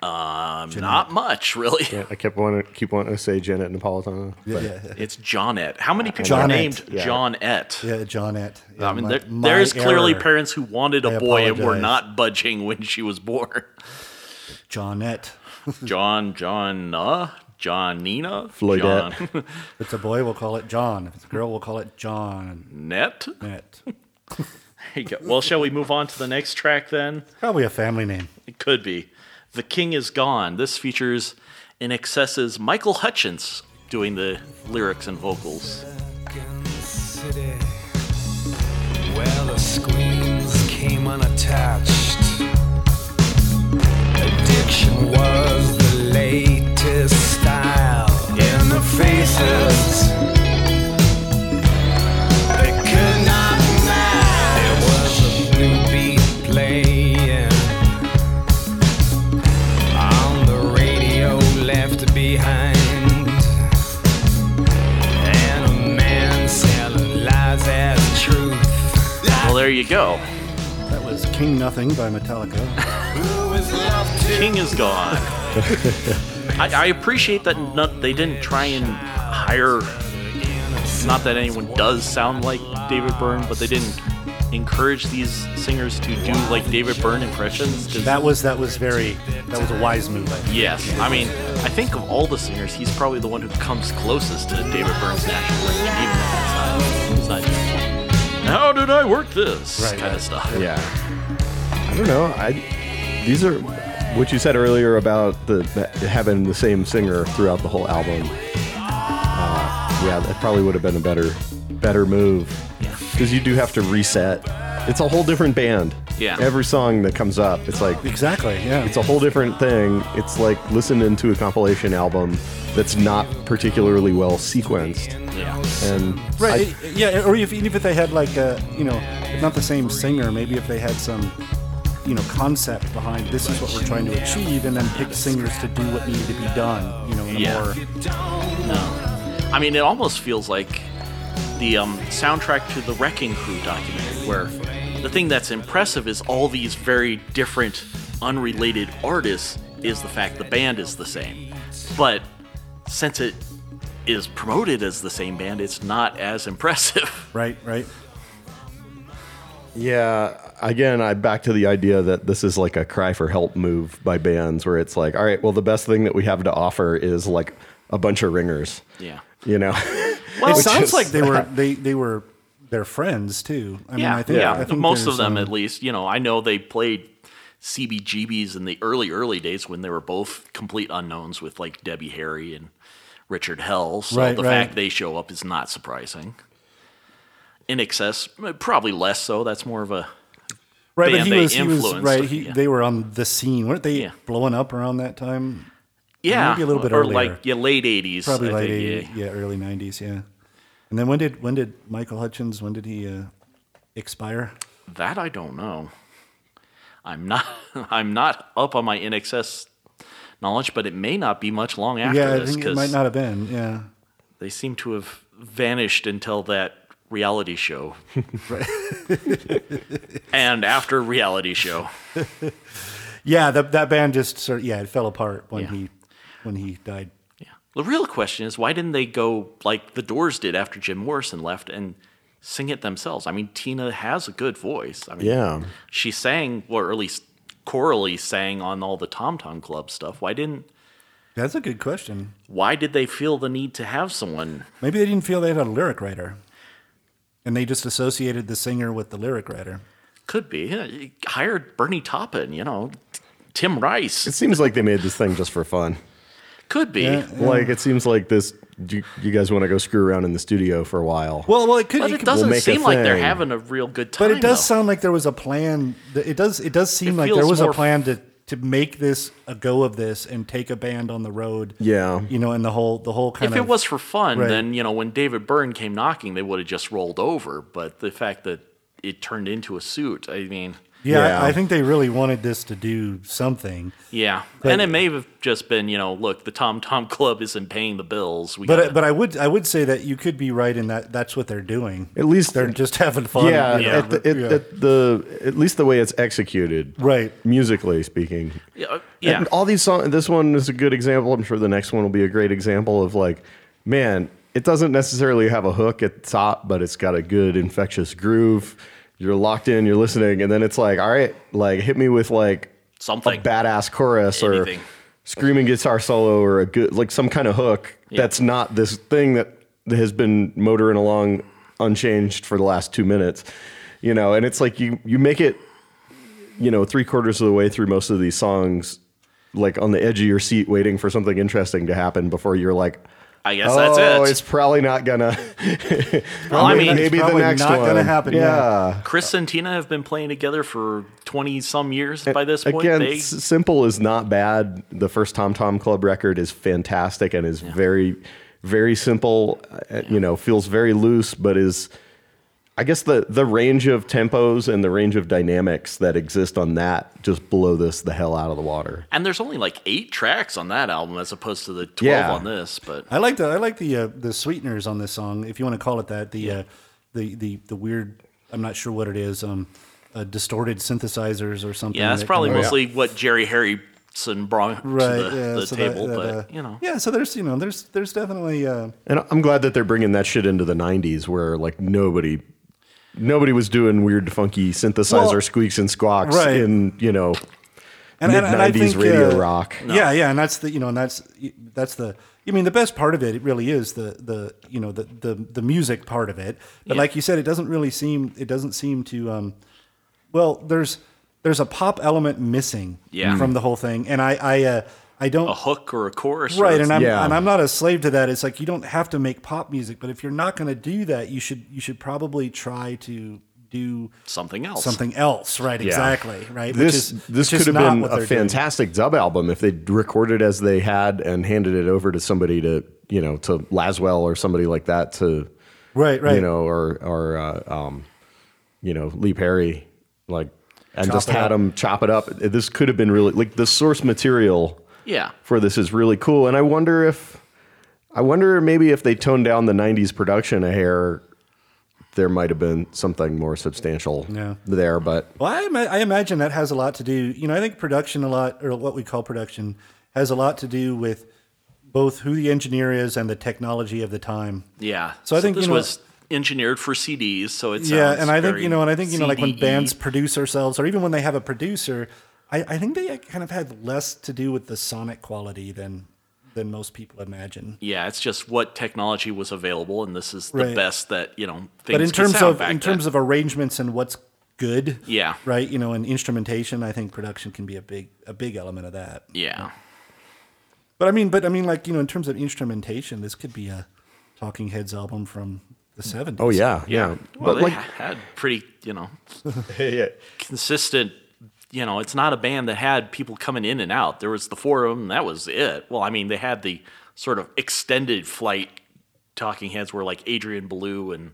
[SPEAKER 5] Not much, really.
[SPEAKER 6] Yeah, I kept wanting keep wanting to say Janet Napolitano. but-
[SPEAKER 7] yeah,
[SPEAKER 5] <laughs> It's Johnette. How many people are
[SPEAKER 7] Johnette,
[SPEAKER 5] named
[SPEAKER 6] yeah.
[SPEAKER 5] Johnette?
[SPEAKER 7] yeah, Johnette.
[SPEAKER 5] I mean,
[SPEAKER 7] My-
[SPEAKER 5] there,
[SPEAKER 7] my
[SPEAKER 5] there's clearly
[SPEAKER 7] error.
[SPEAKER 5] parents who wanted a
[SPEAKER 7] I
[SPEAKER 5] boy and were
[SPEAKER 7] apologize.
[SPEAKER 5] not budging when she was born. <laughs>
[SPEAKER 7] Johnette.
[SPEAKER 5] John, John, uh, Johnina,
[SPEAKER 6] Floydette.
[SPEAKER 5] John,
[SPEAKER 7] If it's a boy, we'll call it John. If it's a girl, we'll call it Johnette.
[SPEAKER 5] Net. There you go. Well, shall we move on to the next track then?
[SPEAKER 7] Probably a family name.
[SPEAKER 5] It could be. The King is Gone. This features in excesses Michael Hutchins doing the lyrics and vocals.
[SPEAKER 9] Vatican City, where the screens came unattached. Addiction was the latest style in the faces. They could not match. It was a blue beat playing on the radio left behind. And a man selling lies as truth.
[SPEAKER 5] Well, there you go.
[SPEAKER 7] That was King Nothing by Metallica.
[SPEAKER 9] Who is left to
[SPEAKER 5] King is gone. I, I appreciate that not, they didn't try and hire. Not that anyone does sound like David Byrne, but they didn't encourage these singers to do like David Byrne impressions. 'cause-
[SPEAKER 7] That was that was very that was a wise move.
[SPEAKER 5] yes, I mean, I think of all the singers, he's probably the one who comes closest to David Byrne's natural range, even though it's not, it's not just, How did I work this
[SPEAKER 7] Right,
[SPEAKER 5] kind
[SPEAKER 7] right.
[SPEAKER 5] of stuff?
[SPEAKER 6] Yeah. I don't know. I these are what you said earlier about the, that having the same singer throughout the whole album. Uh, yeah, that probably would have been a better better move because you do have to reset. It's a whole different band.
[SPEAKER 5] Yeah.
[SPEAKER 6] Every song that comes up, it's like
[SPEAKER 7] Exactly. Yeah.
[SPEAKER 6] it's a whole different thing. It's like listening to a compilation album that's not particularly well sequenced.
[SPEAKER 5] Yeah.
[SPEAKER 6] And
[SPEAKER 7] right. it- yeah. Or if, even if they had like a you know if not the same singer, maybe if they had some you know concept behind this is what we're trying to achieve, and then pick singers to do what needed to be done. You know, in a
[SPEAKER 5] Yeah.
[SPEAKER 7] more
[SPEAKER 5] I mean, it almost feels like the um, soundtrack to the Wrecking Crew documentary, where the thing that's impressive is all these very different, unrelated artists is the fact the band is the same. But since it is promoted as the same band, it's not as impressive. <laughs>
[SPEAKER 7] right, right.
[SPEAKER 6] Yeah, again, I back to the idea that this is like a cry for help move by bands where it's like, all right, well the best thing that we have to offer is like a bunch of ringers.
[SPEAKER 5] Yeah.
[SPEAKER 6] You know. <laughs>
[SPEAKER 5] Well,
[SPEAKER 7] It sounds
[SPEAKER 6] is-
[SPEAKER 7] like they were they they were their friends too. I
[SPEAKER 5] yeah,
[SPEAKER 7] mean, I think,
[SPEAKER 5] yeah.
[SPEAKER 7] I think
[SPEAKER 5] Most of
[SPEAKER 7] there's,
[SPEAKER 5] them,
[SPEAKER 7] um,
[SPEAKER 5] at least, you know, I know they played CBGBs in the early, early days when they were both complete unknowns with like Debbie Harry and Richard Hell. So
[SPEAKER 7] Right,
[SPEAKER 5] the
[SPEAKER 7] right.
[SPEAKER 5] fact they show up is not surprising. In excess, probably less so. That's more of a
[SPEAKER 7] right, but
[SPEAKER 5] band
[SPEAKER 7] he
[SPEAKER 5] they
[SPEAKER 7] was, he was
[SPEAKER 5] influenced,
[SPEAKER 7] right. He,
[SPEAKER 5] yeah.
[SPEAKER 7] They were on the scene, weren't they?
[SPEAKER 5] Yeah.
[SPEAKER 7] Blowing up around that time,
[SPEAKER 5] yeah,
[SPEAKER 7] Maybe a little bit
[SPEAKER 5] or
[SPEAKER 7] earlier.
[SPEAKER 5] like yeah, late eighties,
[SPEAKER 7] probably
[SPEAKER 5] I
[SPEAKER 7] late
[SPEAKER 5] think, yeah.
[SPEAKER 7] eighties, yeah. early nineties, yeah. And then when did when did Michael Hutchins? When did he uh, expire?
[SPEAKER 5] That I don't know. I'm not. <laughs> I'm not up on my in excess knowledge, but it may not be much long after
[SPEAKER 7] yeah, I
[SPEAKER 5] this
[SPEAKER 7] think it
[SPEAKER 5] 'cause
[SPEAKER 7] might not have been. Yeah,
[SPEAKER 5] they seem to have vanished until that reality show. and after reality show.
[SPEAKER 7] yeah. That that band just sort of, yeah, it fell apart when
[SPEAKER 5] Yeah.
[SPEAKER 7] he when he died.
[SPEAKER 5] Yeah. The real question is why didn't they go like the Doors did after Jim Morrison left and sing it themselves? I mean, Tina has a good voice. I mean,
[SPEAKER 6] Yeah.
[SPEAKER 5] she sang, or at least chorally sang on all the Tom Tom Club stuff. Why didn't?
[SPEAKER 7] That's a good question.
[SPEAKER 5] Why did they feel the need to have someone?
[SPEAKER 7] Maybe they didn't feel they had a lyric writer, and they just associated the singer with the lyric writer.
[SPEAKER 5] Could be yeah, hire Bernie Taupin. You know, t- Tim Rice.
[SPEAKER 6] It seems like they made this thing just for fun.
[SPEAKER 5] Could be.
[SPEAKER 6] Like it seems like this you, you guys want to go screw around in the studio for a while.
[SPEAKER 7] Well, well, it could.
[SPEAKER 5] But
[SPEAKER 7] you
[SPEAKER 5] it
[SPEAKER 7] could-
[SPEAKER 5] doesn't
[SPEAKER 6] make a
[SPEAKER 5] seem like they're
[SPEAKER 6] thing.
[SPEAKER 5] having a real good time.
[SPEAKER 7] But it does
[SPEAKER 5] though.
[SPEAKER 7] sound like there was a plan. th- It does. It does seem
[SPEAKER 5] It
[SPEAKER 7] like there
[SPEAKER 5] feels
[SPEAKER 7] was
[SPEAKER 5] more-
[SPEAKER 7] a plan to to make this a go of this and take a band on the road.
[SPEAKER 6] Yeah.
[SPEAKER 7] you know, and the whole the whole kind
[SPEAKER 5] If
[SPEAKER 7] of
[SPEAKER 5] it was for fun,
[SPEAKER 7] Right.
[SPEAKER 5] then you know when David Byrne came knocking, they would have just rolled over. But the fact that it turned into a suit, I mean,
[SPEAKER 7] Yeah,
[SPEAKER 6] Yeah.
[SPEAKER 7] I, I think they really wanted this to do something.
[SPEAKER 5] Yeah,
[SPEAKER 7] But-
[SPEAKER 5] and it may have just been you know, look, the Tom Tom <laughs> Club isn't paying the bills. We
[SPEAKER 7] But
[SPEAKER 5] gotta-
[SPEAKER 7] but I would I would say that you could be right in that that's what they're doing.
[SPEAKER 6] At least-
[SPEAKER 7] they're just having fun.
[SPEAKER 6] yeah,
[SPEAKER 7] you know,
[SPEAKER 6] At, the, at,
[SPEAKER 7] yeah.
[SPEAKER 6] at the at least the way it's executed,
[SPEAKER 7] Right.
[SPEAKER 6] Musically speaking,
[SPEAKER 5] Yeah, uh, yeah.
[SPEAKER 6] And all these songs. This one is a good example. I'm sure the next one will be a great example of like, man, it doesn't necessarily have a hook at the top, but it's got a good infectious groove. You're locked in. You're listening, and then it's like, all right, like hit me with like
[SPEAKER 5] Something.
[SPEAKER 6] a badass chorus
[SPEAKER 5] Anything.
[SPEAKER 6] or screaming guitar solo or a good like some kind of hook that's not this thing that has been motoring along unchanged for the last two minutes you know and it's like you you make it you know three quarters of the way through most of these songs like on the edge of your seat waiting for something interesting to happen before you're like
[SPEAKER 5] I guess that's
[SPEAKER 6] oh,
[SPEAKER 5] it.
[SPEAKER 6] it's probably not gonna.
[SPEAKER 5] Well, I mean,
[SPEAKER 6] <laughs> maybe the
[SPEAKER 7] probably
[SPEAKER 6] next
[SPEAKER 7] not
[SPEAKER 6] one.
[SPEAKER 7] gonna happen, yeah.
[SPEAKER 5] Chris and Tina have been playing together for twenty some years. By this point,
[SPEAKER 6] Again,
[SPEAKER 5] they
[SPEAKER 6] s- simple is not bad. The first Tom Tom Club record is fantastic and is very, very simple. uh, You know, feels very loose, but is, I guess the the range of tempos and the range of dynamics that exist on that just blow this the hell out of the water.
[SPEAKER 5] and there's only like eight tracks on that album as opposed to the twelve
[SPEAKER 6] Yeah.
[SPEAKER 5] on this. But
[SPEAKER 7] I like the I like the uh, the sweeteners on this song, if you want to call it that. The uh, the the the weird I'm not sure what it is. Um, uh, distorted synthesizers or something.
[SPEAKER 5] yeah, that's
[SPEAKER 7] that
[SPEAKER 5] probably
[SPEAKER 7] come out.
[SPEAKER 5] mostly what Jerry Harrison brought to the, the
[SPEAKER 7] so that-
[SPEAKER 5] table.
[SPEAKER 7] that,
[SPEAKER 5] but
[SPEAKER 7] uh,
[SPEAKER 5] you know,
[SPEAKER 7] Yeah, so there's you know there's there's definitely uh,
[SPEAKER 6] And I'm glad that they're bringing that shit into the '90s, where like nobody. Nobody was doing weird, funky synthesizer
[SPEAKER 7] Well,
[SPEAKER 6] squeaks and squawks
[SPEAKER 7] right.
[SPEAKER 6] in you know
[SPEAKER 7] and,
[SPEAKER 6] mid
[SPEAKER 7] and- and I
[SPEAKER 6] '90s
[SPEAKER 7] think,
[SPEAKER 6] radio
[SPEAKER 7] uh,
[SPEAKER 6] rock.
[SPEAKER 7] Yeah, yeah, and that's the you know and that's that's the I mean the best part of it. It really is the the you know the the the music part of it. But like you said, it doesn't really seem it doesn't seem to. Um, well, there's there's a pop element missing
[SPEAKER 5] Yeah.
[SPEAKER 7] from the whole thing, and I I uh, I don't
[SPEAKER 5] a hook or a chorus, or
[SPEAKER 7] right and i'm
[SPEAKER 6] Yeah.
[SPEAKER 7] and i'm not a slave to that it's like you don't have to make pop music but if you're not going to do that you should you should probably try to do
[SPEAKER 5] something else.
[SPEAKER 7] something else right exactly right
[SPEAKER 6] this this
[SPEAKER 7] which is
[SPEAKER 6] could have
[SPEAKER 7] not
[SPEAKER 6] been
[SPEAKER 7] what
[SPEAKER 6] a
[SPEAKER 7] they're doing.
[SPEAKER 6] fantastic dub album if they recorded as they had and handed it over to somebody to you know to Laswell or somebody like that to
[SPEAKER 7] right right
[SPEAKER 6] you know or or uh, um, you know Lee Perry like and
[SPEAKER 7] Chop
[SPEAKER 6] just
[SPEAKER 7] it
[SPEAKER 6] had
[SPEAKER 7] up.
[SPEAKER 6] them chop it up. This could have been really like the source material
[SPEAKER 5] Yeah.
[SPEAKER 6] for this is really cool. And I wonder if I wonder maybe if they toned down the '90s production a hair, there might have been something more substantial
[SPEAKER 7] Yeah.
[SPEAKER 6] there, but.
[SPEAKER 7] well I, ima- I imagine that has a lot to do you know i think production a lot or what we call production has a lot to do with both who the engineer is and the technology of the time
[SPEAKER 5] Yeah.
[SPEAKER 7] So I think,
[SPEAKER 5] this
[SPEAKER 7] you know-
[SPEAKER 5] was engineered for CDs, so it's
[SPEAKER 7] yeah and i think you know and i think you know like when
[SPEAKER 5] E.
[SPEAKER 7] bands produce ourselves or even when they have a producer I, I think they kind of had less to do with the sonic quality than than most people imagine
[SPEAKER 5] Yeah, it's just what technology was available, and this is the
[SPEAKER 7] Right.
[SPEAKER 5] best that you know. Things
[SPEAKER 7] but in
[SPEAKER 5] could
[SPEAKER 7] terms
[SPEAKER 5] sound
[SPEAKER 7] of
[SPEAKER 5] back
[SPEAKER 7] in terms
[SPEAKER 5] then.
[SPEAKER 7] of arrangements and what's good
[SPEAKER 5] Yeah.
[SPEAKER 7] right you know and instrumentation i think production can be a big a big element of that
[SPEAKER 5] yeah,
[SPEAKER 7] but i mean but i mean like you know in terms of instrumentation this could be a talking heads album from the 70s
[SPEAKER 6] Oh yeah, yeah.
[SPEAKER 5] well,
[SPEAKER 6] but
[SPEAKER 5] they
[SPEAKER 6] like,
[SPEAKER 5] ha- had pretty you know
[SPEAKER 6] yeah.
[SPEAKER 5] consistent. You know, it's not a band that had people coming in and out. There was the four of them. That was it. Well, I mean, they had the sort of extended flight. Talking Heads where like Adrian Belew and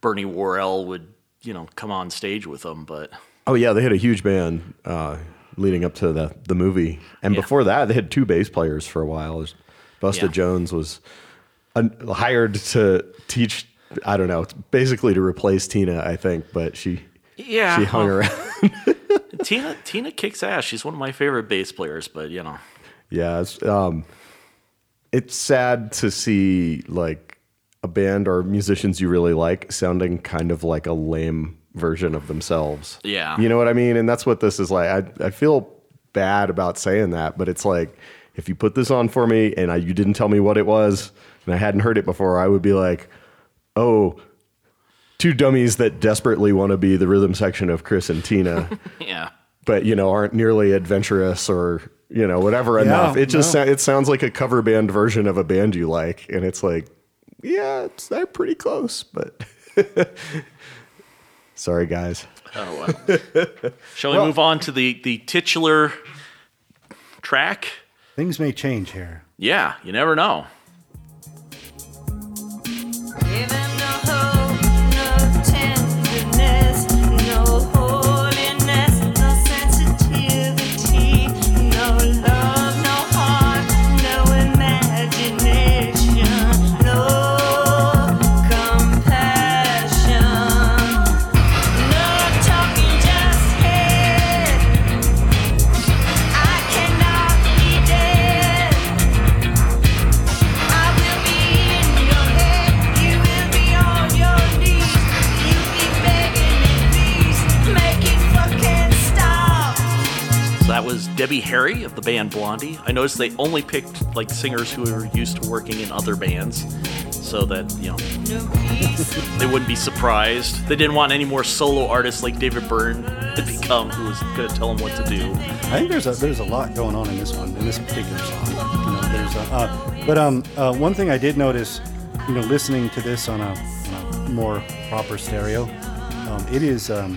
[SPEAKER 5] Bernie Worrell would you know come on stage with them, but
[SPEAKER 6] Oh yeah, they had a huge band uh, leading up to the the movie, and
[SPEAKER 5] Yeah.
[SPEAKER 6] before that, they had two bass players for a while. Busta
[SPEAKER 5] Yeah.
[SPEAKER 6] Jones was un- hired to teach. I don't know, basically to replace Tina, I think, but she
[SPEAKER 5] yeah,
[SPEAKER 6] she hung
[SPEAKER 5] well,
[SPEAKER 6] around.
[SPEAKER 5] <laughs> Tina Tina kicks ass. She's one of my favorite bass players, but you know,
[SPEAKER 6] yeah, it's, um, it's sad to see like a band or musicians you really like sounding kind of like a lame version of themselves.
[SPEAKER 5] Yeah.
[SPEAKER 6] You know what I mean? And that's what this is like. I, I feel bad about saying that, but it's like if you put this on for me and I, you didn't tell me what it was and I hadn't heard it before, I would be like, oh, two dummies that desperately want to be the rhythm section of Chris and Tina,
[SPEAKER 5] yeah.
[SPEAKER 6] but you know aren't nearly adventurous or you know whatever enough. It just
[SPEAKER 7] no.
[SPEAKER 6] sa- it sounds like a cover band version of a band you like, and it's like, yeah, it's, they're pretty close, but. <laughs> Sorry, guys.
[SPEAKER 5] Oh well. Shall we move on to the the titular track?
[SPEAKER 7] things may change here
[SPEAKER 5] Yeah, you never know.
[SPEAKER 10] Given no hope, no tenderness, no holiness,
[SPEAKER 5] that was Debbie Harry of the band Blondie. I noticed they only picked like singers who were used to working in other bands, so that you know they wouldn't be surprised. They didn't want any more solo artists like David Byrne to become who was going to tell them what to do.
[SPEAKER 7] I think there's a there's a lot going on in this one in this particular song. You know, there's a, uh, but um, uh, one thing I did notice, you know, listening to this on a, on a more proper stereo, um, it is um,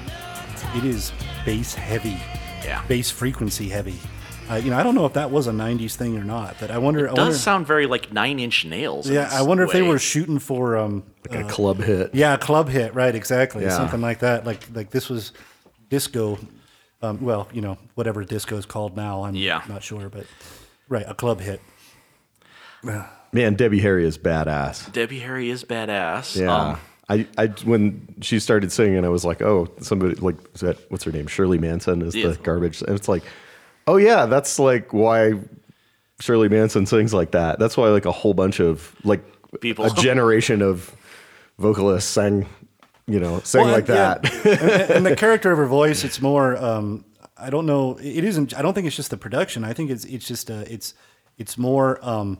[SPEAKER 7] it is bass heavy,
[SPEAKER 5] Yeah.
[SPEAKER 7] bass frequency heavy. Uh, you know, I don't know if that was a '90s thing or not, but I wonder. I
[SPEAKER 5] Does
[SPEAKER 7] wonder
[SPEAKER 5] sound very like Nine Inch Nails. in
[SPEAKER 7] yeah,
[SPEAKER 5] its
[SPEAKER 7] I wonder if they
[SPEAKER 5] way.
[SPEAKER 7] were shooting for um,
[SPEAKER 6] Like a club hit.
[SPEAKER 7] Yeah, a club hit, right? Exactly,
[SPEAKER 6] Yeah.
[SPEAKER 7] something like that. Like like this was disco. Um, well, you know whatever disco is called now, I'm
[SPEAKER 5] Yeah.
[SPEAKER 7] not sure, but right, a club hit.
[SPEAKER 6] Man, Debbie Harry is badass.
[SPEAKER 5] Debbie Harry is badass.
[SPEAKER 6] Yeah.
[SPEAKER 5] Um,
[SPEAKER 6] I, I when she started singing, I was like, oh, somebody like is that what's her name? Shirley Manson is
[SPEAKER 5] Yeah.
[SPEAKER 6] the garbage. And it's like, oh yeah, that's like why Shirley Manson sings like that. That's why like a whole bunch of like
[SPEAKER 5] People.
[SPEAKER 6] a generation of vocalists sang, you know, sang
[SPEAKER 7] Well,
[SPEAKER 6] like
[SPEAKER 7] yeah.
[SPEAKER 6] that.
[SPEAKER 7] and the character of her voice, it's more. Um, I don't know. It isn't. I don't think it's just the production. I think it's it's just uh, it's it's more um,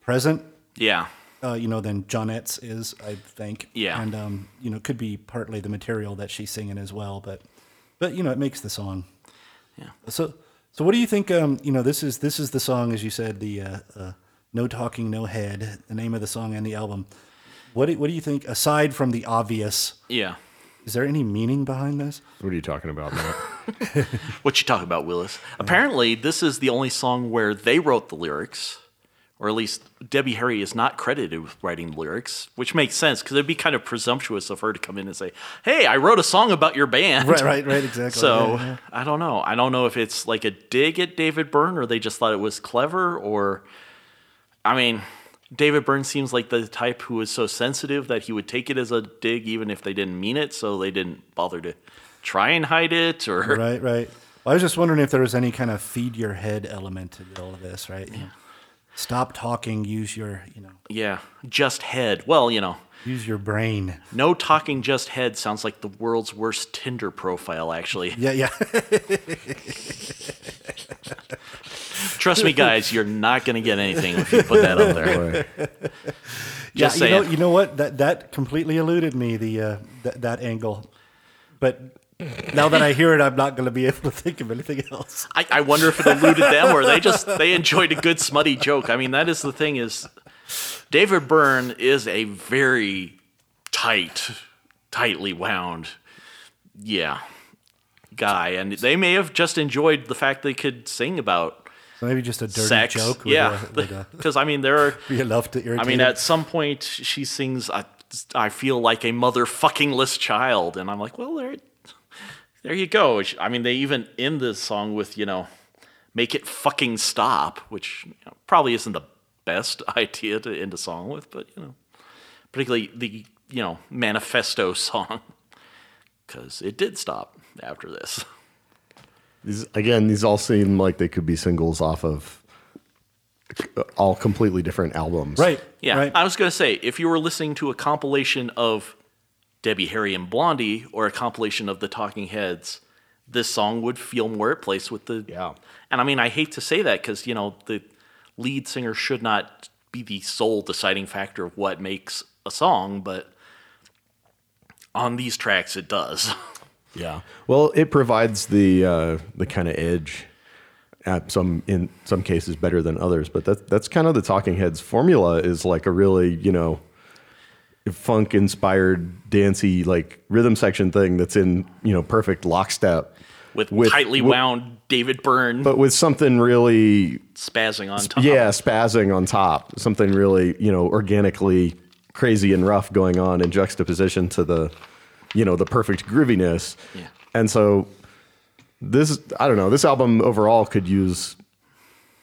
[SPEAKER 7] present,
[SPEAKER 5] yeah.
[SPEAKER 7] uh, you know, than Johnette's is. I think.
[SPEAKER 5] Yeah.
[SPEAKER 7] And um, you know, could be partly the material that she's singing as well, but but you know, it makes the song.
[SPEAKER 5] Yeah.
[SPEAKER 7] So so what do you think? Um, you know, this is this is the song as you said the uh, uh, no talking, no head. The name of the song and the album. What do, what do you think? Aside from the obvious,
[SPEAKER 5] Yeah.
[SPEAKER 7] is there any meaning
[SPEAKER 5] <laughs>
[SPEAKER 7] behind this?
[SPEAKER 6] <laughs> What are you talking about, Matt?
[SPEAKER 5] What you talking about, Willis? Apparently, this is the only song where they wrote the lyrics, or at least Debbie Harry is not credited with writing the lyrics, which makes sense because it'd be kind of presumptuous of her to come in and say, "Hey, I wrote a song about your band."
[SPEAKER 7] Right, right, <laughs> right, exactly.
[SPEAKER 5] <laughs> So
[SPEAKER 7] Yeah, yeah.
[SPEAKER 5] I don't know. I don't know if it's like a dig at David Byrne, or they just thought it was clever, or I mean, David Byrne seems like the type who is so sensitive that he would take it as a dig even if they didn't mean it, so they didn't bother to try and hide it, or
[SPEAKER 7] right, right. Well, I was just wondering if there was any kind of feed your head element to all of this, right? You know, Stop talking. Use your, you know,
[SPEAKER 5] Yeah, just head. Well, you know,
[SPEAKER 7] use your brain.
[SPEAKER 5] no talking just head sounds like the world's worst Tinder profile, actually.
[SPEAKER 7] Yeah, yeah.
[SPEAKER 5] Trust me, guys, you're not going to get anything if you put that up
[SPEAKER 7] <laughs>
[SPEAKER 5] there. Just
[SPEAKER 7] yeah, you know,
[SPEAKER 5] saying.
[SPEAKER 7] you know what? That that completely eluded me. The uh, th- that angle, but now that I hear it, I'm not going to be able to think of anything else.
[SPEAKER 5] I, I wonder if it eluded them or they just they enjoyed a good smutty joke. I mean, that is the thing is David Byrne is a very tight, tightly wound, yeah, guy, and they may have just enjoyed the fact they could sing about
[SPEAKER 7] So maybe just a dirty
[SPEAKER 5] sex.
[SPEAKER 7] joke. With
[SPEAKER 5] yeah, <laughs>
[SPEAKER 7] a, with a,
[SPEAKER 5] because I mean there are
[SPEAKER 7] you love to
[SPEAKER 5] I
[SPEAKER 7] irritate.
[SPEAKER 5] mean,
[SPEAKER 7] him.
[SPEAKER 5] at some point she sings, I, I feel like a motherfuckingless child. And I'm like, well, there, there you go. She- I mean, they even end this song with, you know, make it fucking stop, which you know, probably isn't the best <laughs> idea to end a song with, but, you know, particularly the, you know, manifesto <laughs> song, because it did stop after this.
[SPEAKER 6] These, again, these all seem like they could be singles off of all completely different albums.
[SPEAKER 7] right?
[SPEAKER 5] Yeah,
[SPEAKER 7] right.
[SPEAKER 5] I was gonna say if you were listening to a compilation of Debbie Harry and Blondie or a compilation of the Talking Heads, this song would feel more at place with the.
[SPEAKER 6] Yeah.
[SPEAKER 5] And I mean, I hate to say that because you know the lead singer should not be the sole deciding factor of what makes a song, but on these tracks it does. <laughs>
[SPEAKER 6] Yeah. Well, it provides the uh, the kind of edge. At some in some cases better than others, but that that's kind of the Talking Heads formula is like a really you know funk inspired dancey like rhythm section thing that's in you know perfect lockstep,
[SPEAKER 5] With,
[SPEAKER 6] With-
[SPEAKER 5] tightly
[SPEAKER 6] with-
[SPEAKER 5] wound David Byrne
[SPEAKER 6] but with something really
[SPEAKER 5] spazzing on top.
[SPEAKER 6] Yeah, spazzing on top. Something really, you know, organically crazy and rough going on in juxtaposition to the, you know, the perfect grooviness.
[SPEAKER 5] Yeah.
[SPEAKER 6] And so this, I don't know, this album overall could use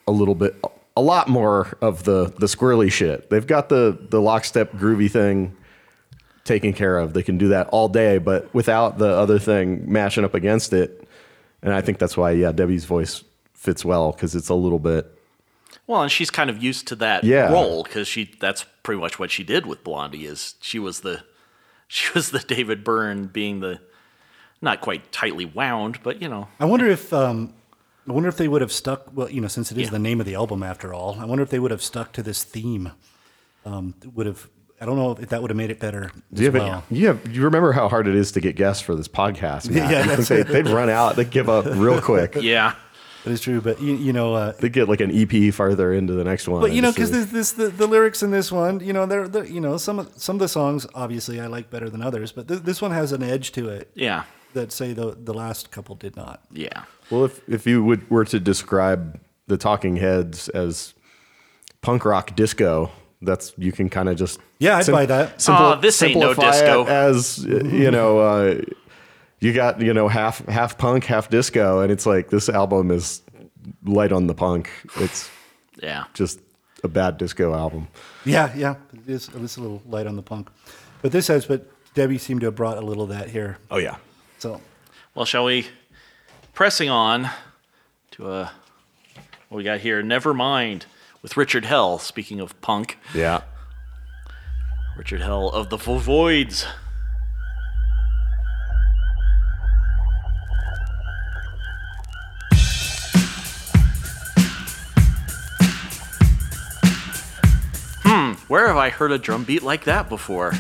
[SPEAKER 6] a little bit, a lot more of the the squirrely shit. They've got the the lockstep groovy thing taken care of. They can do that all day, but without the other thing mashing up against it. And I think that's why, yeah, Debbie's voice fits well because it's a little bit
[SPEAKER 5] Well, and she's kind of used to that
[SPEAKER 6] Yeah.
[SPEAKER 5] role because she—that's pretty much what she did with Blondie. Is she was the <laughs> she was the David
[SPEAKER 6] <laughs>
[SPEAKER 5] Byrne being the not quite tightly wound, but you know,
[SPEAKER 7] I wonder if um, I wonder if they would have stuck. Well, you know, since it is
[SPEAKER 5] Yeah.
[SPEAKER 7] the name of the album after all, I wonder if they would have stuck to this theme. Um, would have. I don't know if that would have made it better.
[SPEAKER 6] Do you
[SPEAKER 7] as
[SPEAKER 6] have
[SPEAKER 7] well.
[SPEAKER 6] any, you have you remember how hard it is to get guests for this podcast? Matt?
[SPEAKER 7] <laughs> Yeah,
[SPEAKER 6] I think they, they'd run out. They would give up real quick.
[SPEAKER 5] Yeah.
[SPEAKER 7] That is true, but you, you know, uh,
[SPEAKER 6] They get like an EP farther into the next one.
[SPEAKER 7] But you know,
[SPEAKER 6] It's
[SPEAKER 7] because
[SPEAKER 6] really-
[SPEAKER 7] this, this the, the lyrics in this one, you know, they're, they're you know some of- some of the songs obviously I like better than others, but th- this one has an edge to it
[SPEAKER 5] Yeah.
[SPEAKER 7] that say the the last couple did not.
[SPEAKER 5] Yeah.
[SPEAKER 6] well, if if you would were to describe the Talking Heads as punk rock disco, that's you can kind of just
[SPEAKER 7] Yeah, I'd buy that.
[SPEAKER 5] Aw, this ain't no
[SPEAKER 6] simplify it
[SPEAKER 5] disco.
[SPEAKER 6] as uh, you know. Uh, you got you know half half punk, half disco, and it's like this album is light on the punk. It's
[SPEAKER 5] Yeah.
[SPEAKER 6] just a bad disco album.
[SPEAKER 7] Yeah, yeah, it is, it is a little light on the punk, but this has. But Debbie seemed to have brought a little of that here.
[SPEAKER 6] Oh yeah.
[SPEAKER 7] So
[SPEAKER 5] Well, shall we? Pressing on to uh, what we got here. Never mind with Richard Hell. Speaking of punk,
[SPEAKER 6] Yeah.
[SPEAKER 5] Richard Hell of the Voids. Hmm, where have I heard a drum beat like that before?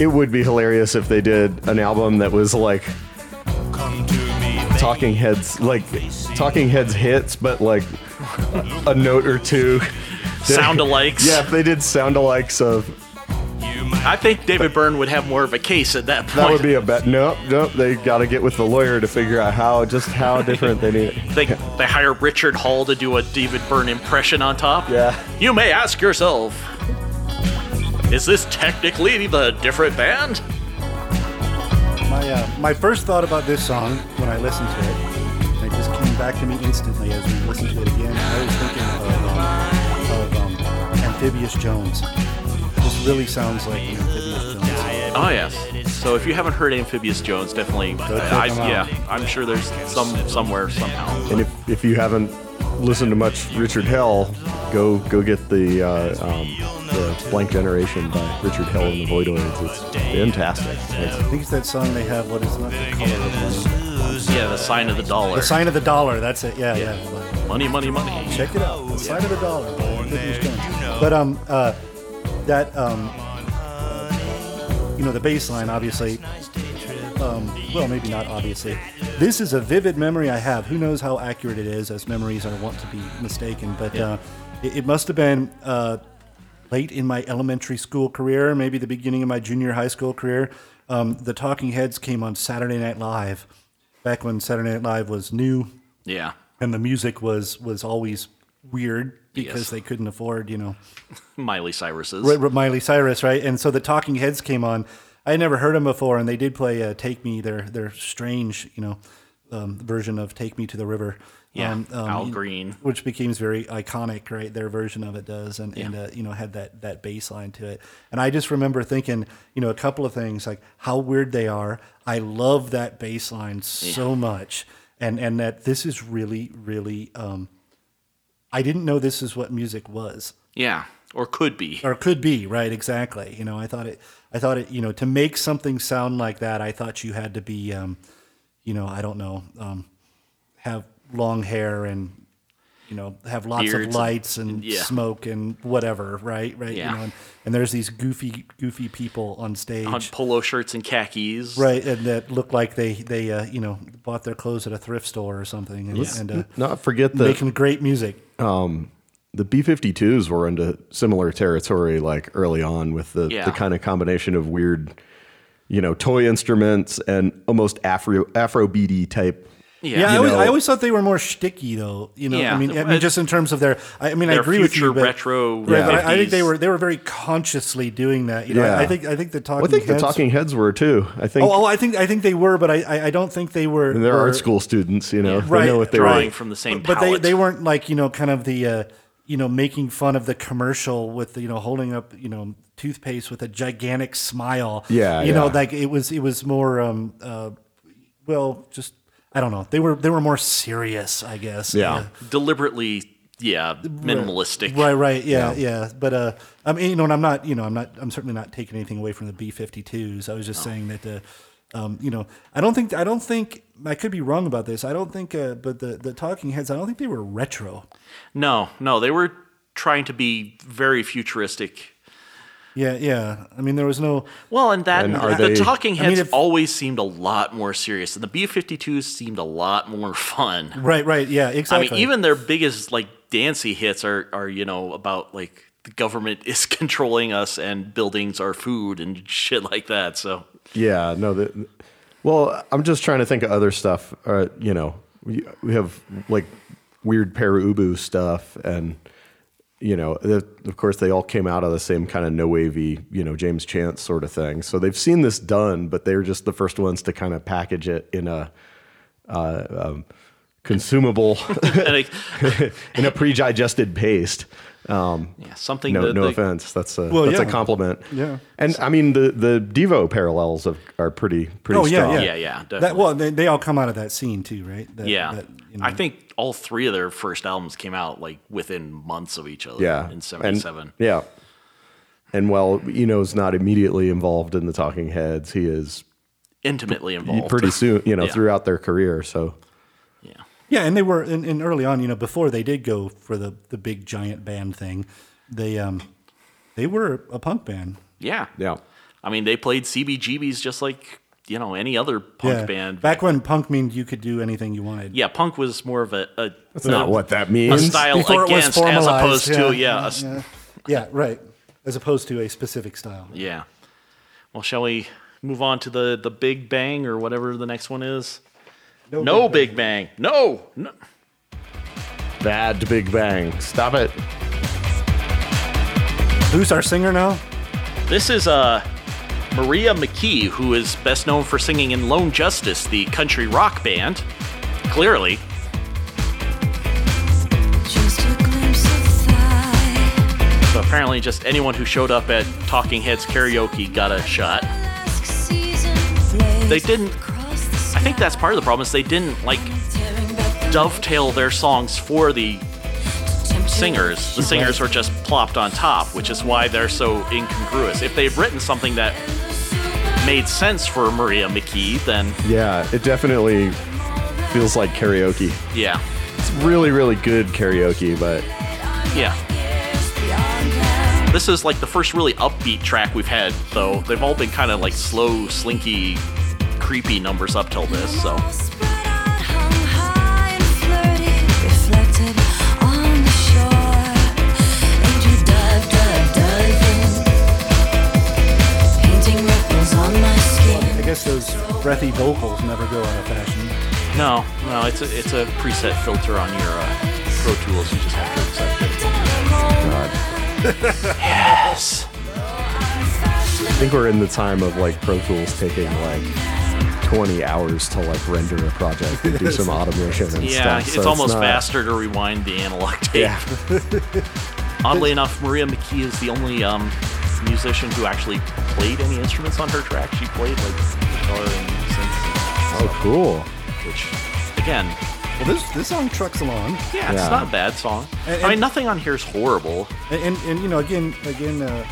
[SPEAKER 6] It would be hilarious if they did an album that was like
[SPEAKER 4] Come to me,
[SPEAKER 6] Talking Heads, like Talking Heads hits, but like a note or two.
[SPEAKER 5] <laughs> Sound alikes.
[SPEAKER 6] Yeah, if they did sound alikes of
[SPEAKER 5] I think David Byrne would have more of a case at that point.
[SPEAKER 6] that would be a bet. Nope, nope. They got to get with the lawyer to figure out how just how different they need
[SPEAKER 5] <laughs>
[SPEAKER 6] it.
[SPEAKER 5] They, they hire Richard Hall to do a David Byrne impression on top.
[SPEAKER 6] Yeah.
[SPEAKER 5] You may ask yourself Is this technically the different band?
[SPEAKER 7] my uh, my first thought about this song when I listened to it, and it just came back to me instantly as we listened to it again. I was thinking of, um, of um, Amphibious Jones. This really sounds like an Amphibious Jones.
[SPEAKER 5] Oh, yes. So if you haven't heard Amphibious Jones, definitely. uh, I,
[SPEAKER 7] them out.
[SPEAKER 5] yeah, I'm sure there's some somewhere, somehow.
[SPEAKER 6] And if, if you haven't listened to much Richard Hell, go go get the uh, um, the Blank Generation by Richard Hell and the Voidoids. It's fantastic. It's-
[SPEAKER 7] I think it's that song they have. What is it? Not the color of money.
[SPEAKER 5] Yeah, the sign of the dollar.
[SPEAKER 7] The sign of the dollar. That's it. Yeah, yeah.
[SPEAKER 5] money, money, money.
[SPEAKER 7] Check it out. The sign of the dollar. by Amphibious Jones. But um, uh, that um, uh, you know, the bass line, obviously. Um, well, maybe not obviously. This is a vivid memory I have. Who knows how accurate it is, as memories are wont to be mistaken. But uh, it, it must have been uh, late in my elementary school career, maybe the beginning of my junior high school career, um, the Talking Heads came on Saturday Night Live, back when Saturday Night Live was new,
[SPEAKER 5] Yeah. <laughs>
[SPEAKER 7] and the music was was always weird because
[SPEAKER 5] Yes.
[SPEAKER 7] they couldn't afford, you know,
[SPEAKER 5] Miley Cyrus's.
[SPEAKER 7] Right, right, Miley Cyrus, right? And so the Talking Heads came on. I had never heard them before, and they did play uh, "Take Me," their their strange, you know, um, version of "Take Me to the River." Um,
[SPEAKER 5] Yeah, Al Green.
[SPEAKER 7] which became very iconic, right? Their version of it does, and, and uh, you know had that that bass line to it. And I just remember thinking, you know, a couple of things like how weird they are. I love that bass line so much, and and that this is really really. Um, I didn't know this is what music was
[SPEAKER 5] Yeah. Or could be.
[SPEAKER 7] or could be right exactly you know i thought it i thought it you know to make something sound like that i thought you had to be um you know i don't know um have long hair and you know have lots
[SPEAKER 5] Beards
[SPEAKER 7] of
[SPEAKER 5] and-
[SPEAKER 7] lights and,
[SPEAKER 5] yeah.
[SPEAKER 7] smoke and whatever right right
[SPEAKER 5] Yeah.
[SPEAKER 7] you know and, and there's these goofy goofy people on stage
[SPEAKER 5] On polo shirts and khakis.
[SPEAKER 7] right and that look like they they uh, you know bought their clothes at a thrift store or something and, and uh,
[SPEAKER 6] Not forget the
[SPEAKER 7] making great music
[SPEAKER 6] the B52s were into similar territory like early on with the,
[SPEAKER 5] Yeah.
[SPEAKER 6] the kind of combination of weird you know toy instruments and almost afro afro BD type
[SPEAKER 5] Yeah.
[SPEAKER 7] Yeah, I, always,
[SPEAKER 6] know-
[SPEAKER 7] I always thought they were more shticky, though. You know,
[SPEAKER 5] Yeah.
[SPEAKER 7] I mean, I mean, just in terms of their, I I mean, I
[SPEAKER 5] Their
[SPEAKER 7] agree with you,
[SPEAKER 5] future
[SPEAKER 7] but,
[SPEAKER 5] retro
[SPEAKER 7] Right, but I, I think
[SPEAKER 5] 50s.
[SPEAKER 7] they were they were very consciously doing that. You know, I-
[SPEAKER 6] Yeah.
[SPEAKER 7] I think I think the talking.
[SPEAKER 6] I think
[SPEAKER 7] heads,
[SPEAKER 6] the talking heads were too I think
[SPEAKER 7] Oh, oh, I think I think they were, but I I, I don't think they were.
[SPEAKER 6] they're
[SPEAKER 7] were,
[SPEAKER 6] art school students you know
[SPEAKER 7] Right,
[SPEAKER 6] they know what they
[SPEAKER 5] Drawing
[SPEAKER 6] were
[SPEAKER 5] from the same
[SPEAKER 7] but they
[SPEAKER 5] palette.
[SPEAKER 7] they weren't like you know kind of the uh, you know making fun of the commercial with the, you know holding up you know toothpaste with a gigantic smile.
[SPEAKER 6] Yeah,
[SPEAKER 7] you know,
[SPEAKER 6] yeah.
[SPEAKER 7] like it was it was more um uh, well just I don't know. They were they were more serious, I guess.
[SPEAKER 6] Yeah.
[SPEAKER 5] Deliberately, yeah, minimalistic.
[SPEAKER 7] Right, right, yeah, yeah, But uh, I mean, you know, and I'm not, you know, I'm not, I'm certainly not taking anything away from the B-52s. I was just saying that the, um, you know, I don't think, I don't think, I could be wrong about this. I don't think, uh, but the the Talking Heads, I don't think they were retro.
[SPEAKER 5] No, no, they were trying to be very futuristic.
[SPEAKER 7] Yeah, yeah. I mean, there was no,
[SPEAKER 5] Well, and that
[SPEAKER 6] And are
[SPEAKER 5] the
[SPEAKER 6] they-
[SPEAKER 5] Talking
[SPEAKER 7] I mean,
[SPEAKER 5] Heads
[SPEAKER 7] if-
[SPEAKER 5] always seemed a lot more serious, and the B-52s seemed a lot more <laughs> fun.
[SPEAKER 7] right, right, yeah,
[SPEAKER 5] I
[SPEAKER 7] exactly.
[SPEAKER 5] mean, even their biggest like dancey hits are are you know about like the government <laughs> is controlling us and buildings are food and shit like that. So
[SPEAKER 6] Yeah, no. The, well, I'm just trying to think of other stuff. Uh, you know, we, we have like weird Perubu stuff, and you know, the, of course, they all came out of the same kind of no wavy, you know, James Chance sort of thing. So they've seen this done, but they're just the first ones to kind of package it in a uh, um, consumable, <laughs>
[SPEAKER 5] and I,
[SPEAKER 6] in a pre-digested paste. Um,
[SPEAKER 5] yeah, something
[SPEAKER 6] no,
[SPEAKER 5] that
[SPEAKER 6] no
[SPEAKER 5] the-
[SPEAKER 6] offense. That's a
[SPEAKER 7] Well,
[SPEAKER 6] that's a
[SPEAKER 7] yeah.
[SPEAKER 6] compliment.
[SPEAKER 7] Yeah.
[SPEAKER 6] and I mean the the Devo parallels of, are pretty pretty.
[SPEAKER 7] oh yeah,
[SPEAKER 6] strong.
[SPEAKER 7] yeah,
[SPEAKER 5] Yeah, yeah,
[SPEAKER 7] That,
[SPEAKER 5] definitely.
[SPEAKER 7] well, they, they all come out of that scene too, right? That,
[SPEAKER 5] Yeah,
[SPEAKER 7] that, you know.
[SPEAKER 5] I think all three of their first albums came out like within months of each other.
[SPEAKER 6] yeah,
[SPEAKER 5] in
[SPEAKER 6] And-
[SPEAKER 5] '77.
[SPEAKER 6] yeah, and while Eno's not immediately involved in the Talking Heads, he is
[SPEAKER 5] Intimately involved.
[SPEAKER 6] pretty soon. You know,
[SPEAKER 5] Yeah.
[SPEAKER 6] throughout their career. So
[SPEAKER 5] Yeah.
[SPEAKER 7] Yeah, and they were in, in early on, you know, before they did go for the the big giant band thing, they um they were a punk band.
[SPEAKER 5] <laughs> Yeah.
[SPEAKER 6] yeah,
[SPEAKER 5] I mean, they played CBGBs just like you know any other punk
[SPEAKER 7] yeah.
[SPEAKER 5] band.
[SPEAKER 7] Back when punk meant you could do anything you wanted.
[SPEAKER 5] yeah, punk was more of a, a
[SPEAKER 6] that's not what that
[SPEAKER 5] a
[SPEAKER 6] means.
[SPEAKER 5] style
[SPEAKER 7] Before it was
[SPEAKER 5] against as opposed
[SPEAKER 7] formalized.
[SPEAKER 5] to yeah,
[SPEAKER 7] Yeah,
[SPEAKER 5] a s-
[SPEAKER 7] yeah. Yeah, right. As opposed to a specific style.
[SPEAKER 5] Yeah. Well, shall we move on to the the Big Bang or whatever the next one is? No, Big, Bang. No. no.
[SPEAKER 6] Bad Big Bang. Stop it.
[SPEAKER 7] Who's our singer now?
[SPEAKER 5] This is uh Maria McKee, who is best known for singing in Lone Justice, the country rock band. Clearly, so apparently, just anyone who showed up at Talking Heads karaoke got a shot. They didn't. I think that's part of the problem is they didn't like dovetail their songs for the singers. The singers were just plopped on top, which is why they're so incongruous. If they had written something that made sense for Maria McKee, then
[SPEAKER 6] Yeah, it definitely feels like karaoke.
[SPEAKER 5] yeah,
[SPEAKER 6] It's really really good karaoke, but
[SPEAKER 5] yeah. This is like the first really upbeat track we've had, though. They've all been kind of like slow, slinky, creepy numbers up till this, so.
[SPEAKER 7] I guess those breathy vocals never go out of fashion.
[SPEAKER 5] No, no, it's a, it's a preset filter on your uh, Pro Tools. You just have to accept it. Yes.
[SPEAKER 6] I think we're in the time of like Pro Tools taking like 20 hours to like render a project and do some automation and stuff.
[SPEAKER 5] Yeah,
[SPEAKER 6] so
[SPEAKER 5] it's almost
[SPEAKER 6] not-
[SPEAKER 5] faster to rewind the analog <laughs> tape.
[SPEAKER 6] Yeah.
[SPEAKER 5] Oddly enough, Maria McKee is the only um, musician who actually played any instruments on her track. She played like guitar and synth,
[SPEAKER 6] Oh, cool.
[SPEAKER 5] which, again,
[SPEAKER 7] Well this this song trucks along.
[SPEAKER 5] yeah, it's
[SPEAKER 6] Yeah.
[SPEAKER 5] not a bad song.
[SPEAKER 7] And-
[SPEAKER 5] I mean,
[SPEAKER 7] and-
[SPEAKER 5] nothing on here is horrible.
[SPEAKER 7] And, and, and you know, again, again, uh, uh,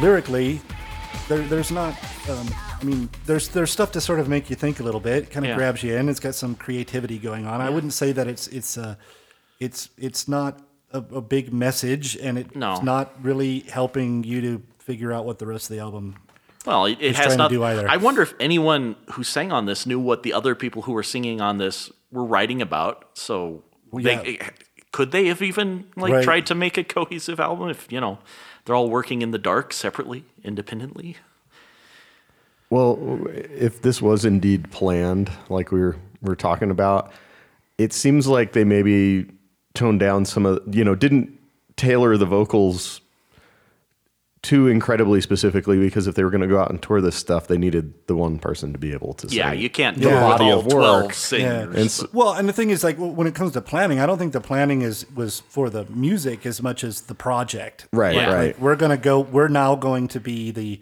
[SPEAKER 7] lyrically, there, there's not. Um, I mean, there's there's stuff to sort of make you think a little bit. It kind of
[SPEAKER 5] Yeah.
[SPEAKER 7] grabs you in. It's got some creativity going on. I wouldn't say that it's it's uh, it's it's not a, a big message, and it,
[SPEAKER 5] No.
[SPEAKER 7] it's not really helping you to figure out what the rest of the album.
[SPEAKER 5] Well, it, it has
[SPEAKER 7] trying to
[SPEAKER 5] not.
[SPEAKER 7] do either.
[SPEAKER 5] I wonder if anyone who sang on this knew what the other people who were singing on this were writing about. So they
[SPEAKER 7] yeah.
[SPEAKER 5] could they have even like
[SPEAKER 7] Right.
[SPEAKER 5] tried to make a cohesive album if you know they're all working in the dark separately, independently.
[SPEAKER 6] Well, if this was indeed planned, like we were, we are talking about, it seems like they maybe toned down some of, you know, didn't tailor the vocals too incredibly specifically because if they were going to go out and tour this stuff, they needed the one person to be able to.
[SPEAKER 5] Yeah,
[SPEAKER 6] sing.
[SPEAKER 5] you can't do
[SPEAKER 6] The
[SPEAKER 5] it with
[SPEAKER 6] body
[SPEAKER 5] all
[SPEAKER 6] of work.
[SPEAKER 5] twelve
[SPEAKER 7] Yeah.
[SPEAKER 5] singers.
[SPEAKER 6] And so-
[SPEAKER 7] Well, and the thing is, like w- when it comes to planning, I don't think the planning is was for the music as much as the project.
[SPEAKER 6] Right,
[SPEAKER 5] Yeah.
[SPEAKER 6] right.
[SPEAKER 7] Like, we're gonna go. We're now going to be the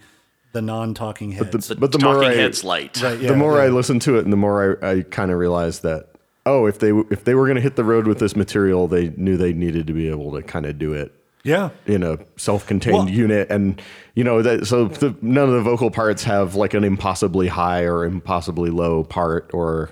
[SPEAKER 7] the non-talking heads.
[SPEAKER 6] the-
[SPEAKER 5] The
[SPEAKER 6] But
[SPEAKER 5] talking
[SPEAKER 6] more I-
[SPEAKER 5] heads light.
[SPEAKER 7] <laughs> Right, yeah,
[SPEAKER 6] the more
[SPEAKER 7] yeah.
[SPEAKER 6] I listened to it, and the more I, I kind of realized that oh, if they if they were going to hit the road with this material, they knew they needed to be able to kind of do it
[SPEAKER 7] yeah,
[SPEAKER 6] in a self-contained
[SPEAKER 7] Well-
[SPEAKER 6] unit, and you know that so the, none of the vocal parts have like an impossibly high or impossibly low part or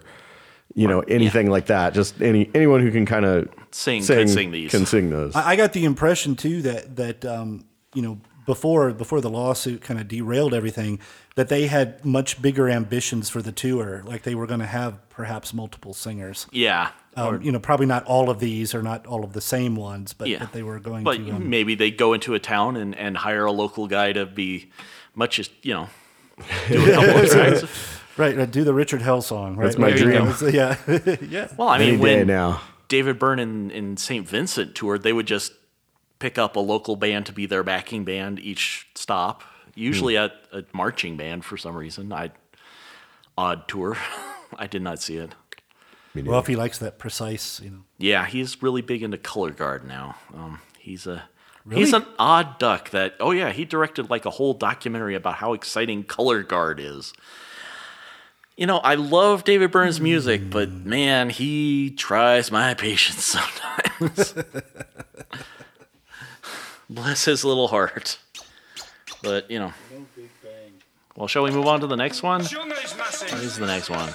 [SPEAKER 6] you know anything like that. Just any anyone who can kind of
[SPEAKER 5] Sing, can sing these.
[SPEAKER 6] can sing those.
[SPEAKER 7] I, I got the impression too that that um, you know before before the lawsuit kind of derailed everything that they had much bigger ambitions for the tour. Like they were going to have perhaps multiple singers.
[SPEAKER 5] <laughs> Yeah.
[SPEAKER 7] Um, you know, probably not all of these or not all of the same ones, but,
[SPEAKER 5] yeah.
[SPEAKER 7] but they were going
[SPEAKER 5] But
[SPEAKER 7] to. Um,
[SPEAKER 5] maybe they go into a town and, and hire a local guy to be much as, you know, do a couple of <laughs> tracks.
[SPEAKER 7] Right, right, do the Richard Hell song. Right?
[SPEAKER 6] That's my
[SPEAKER 7] There you
[SPEAKER 6] dream.
[SPEAKER 7] go. <laughs> So, yeah, yeah.
[SPEAKER 5] Well, I mean,
[SPEAKER 6] Any
[SPEAKER 5] when
[SPEAKER 6] day now.
[SPEAKER 5] David Byrne and, and St. Vincent toured, they would just pick up a local band to be their backing band each stop, usually a, a marching band for some reason. I odd tour. <laughs> I did not see it.
[SPEAKER 7] Well, if he likes that precise, you know.
[SPEAKER 5] Yeah, he's really big into color guard now. Um, he's a he's an odd duck. That oh yeah, he directed like a whole documentary about how exciting color guard is. You know, I love David Byrne's music, but man, he tries my <laughs> patience sometimes. <laughs> Bless his little heart. But you know. Well, shall we move on to the next one? What is the next one?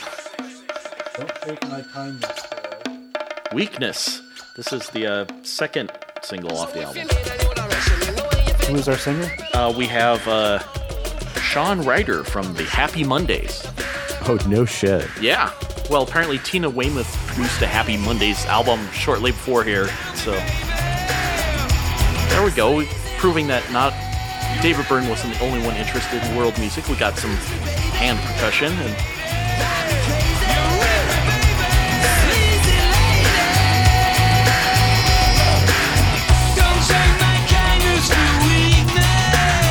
[SPEAKER 5] Weakness. This is the uh, second single off the album.
[SPEAKER 7] Who is our singer?
[SPEAKER 5] Uh, we have uh, Sean Ryder from the Happy Mondays.
[SPEAKER 6] oh no shit!
[SPEAKER 5] Yeah. Well, apparently Tina Weymouth produced the Happy Mondays album shortly before here, so there we go, proving that not David Byrne wasn't the only one interested in world music. We got some hand percussion and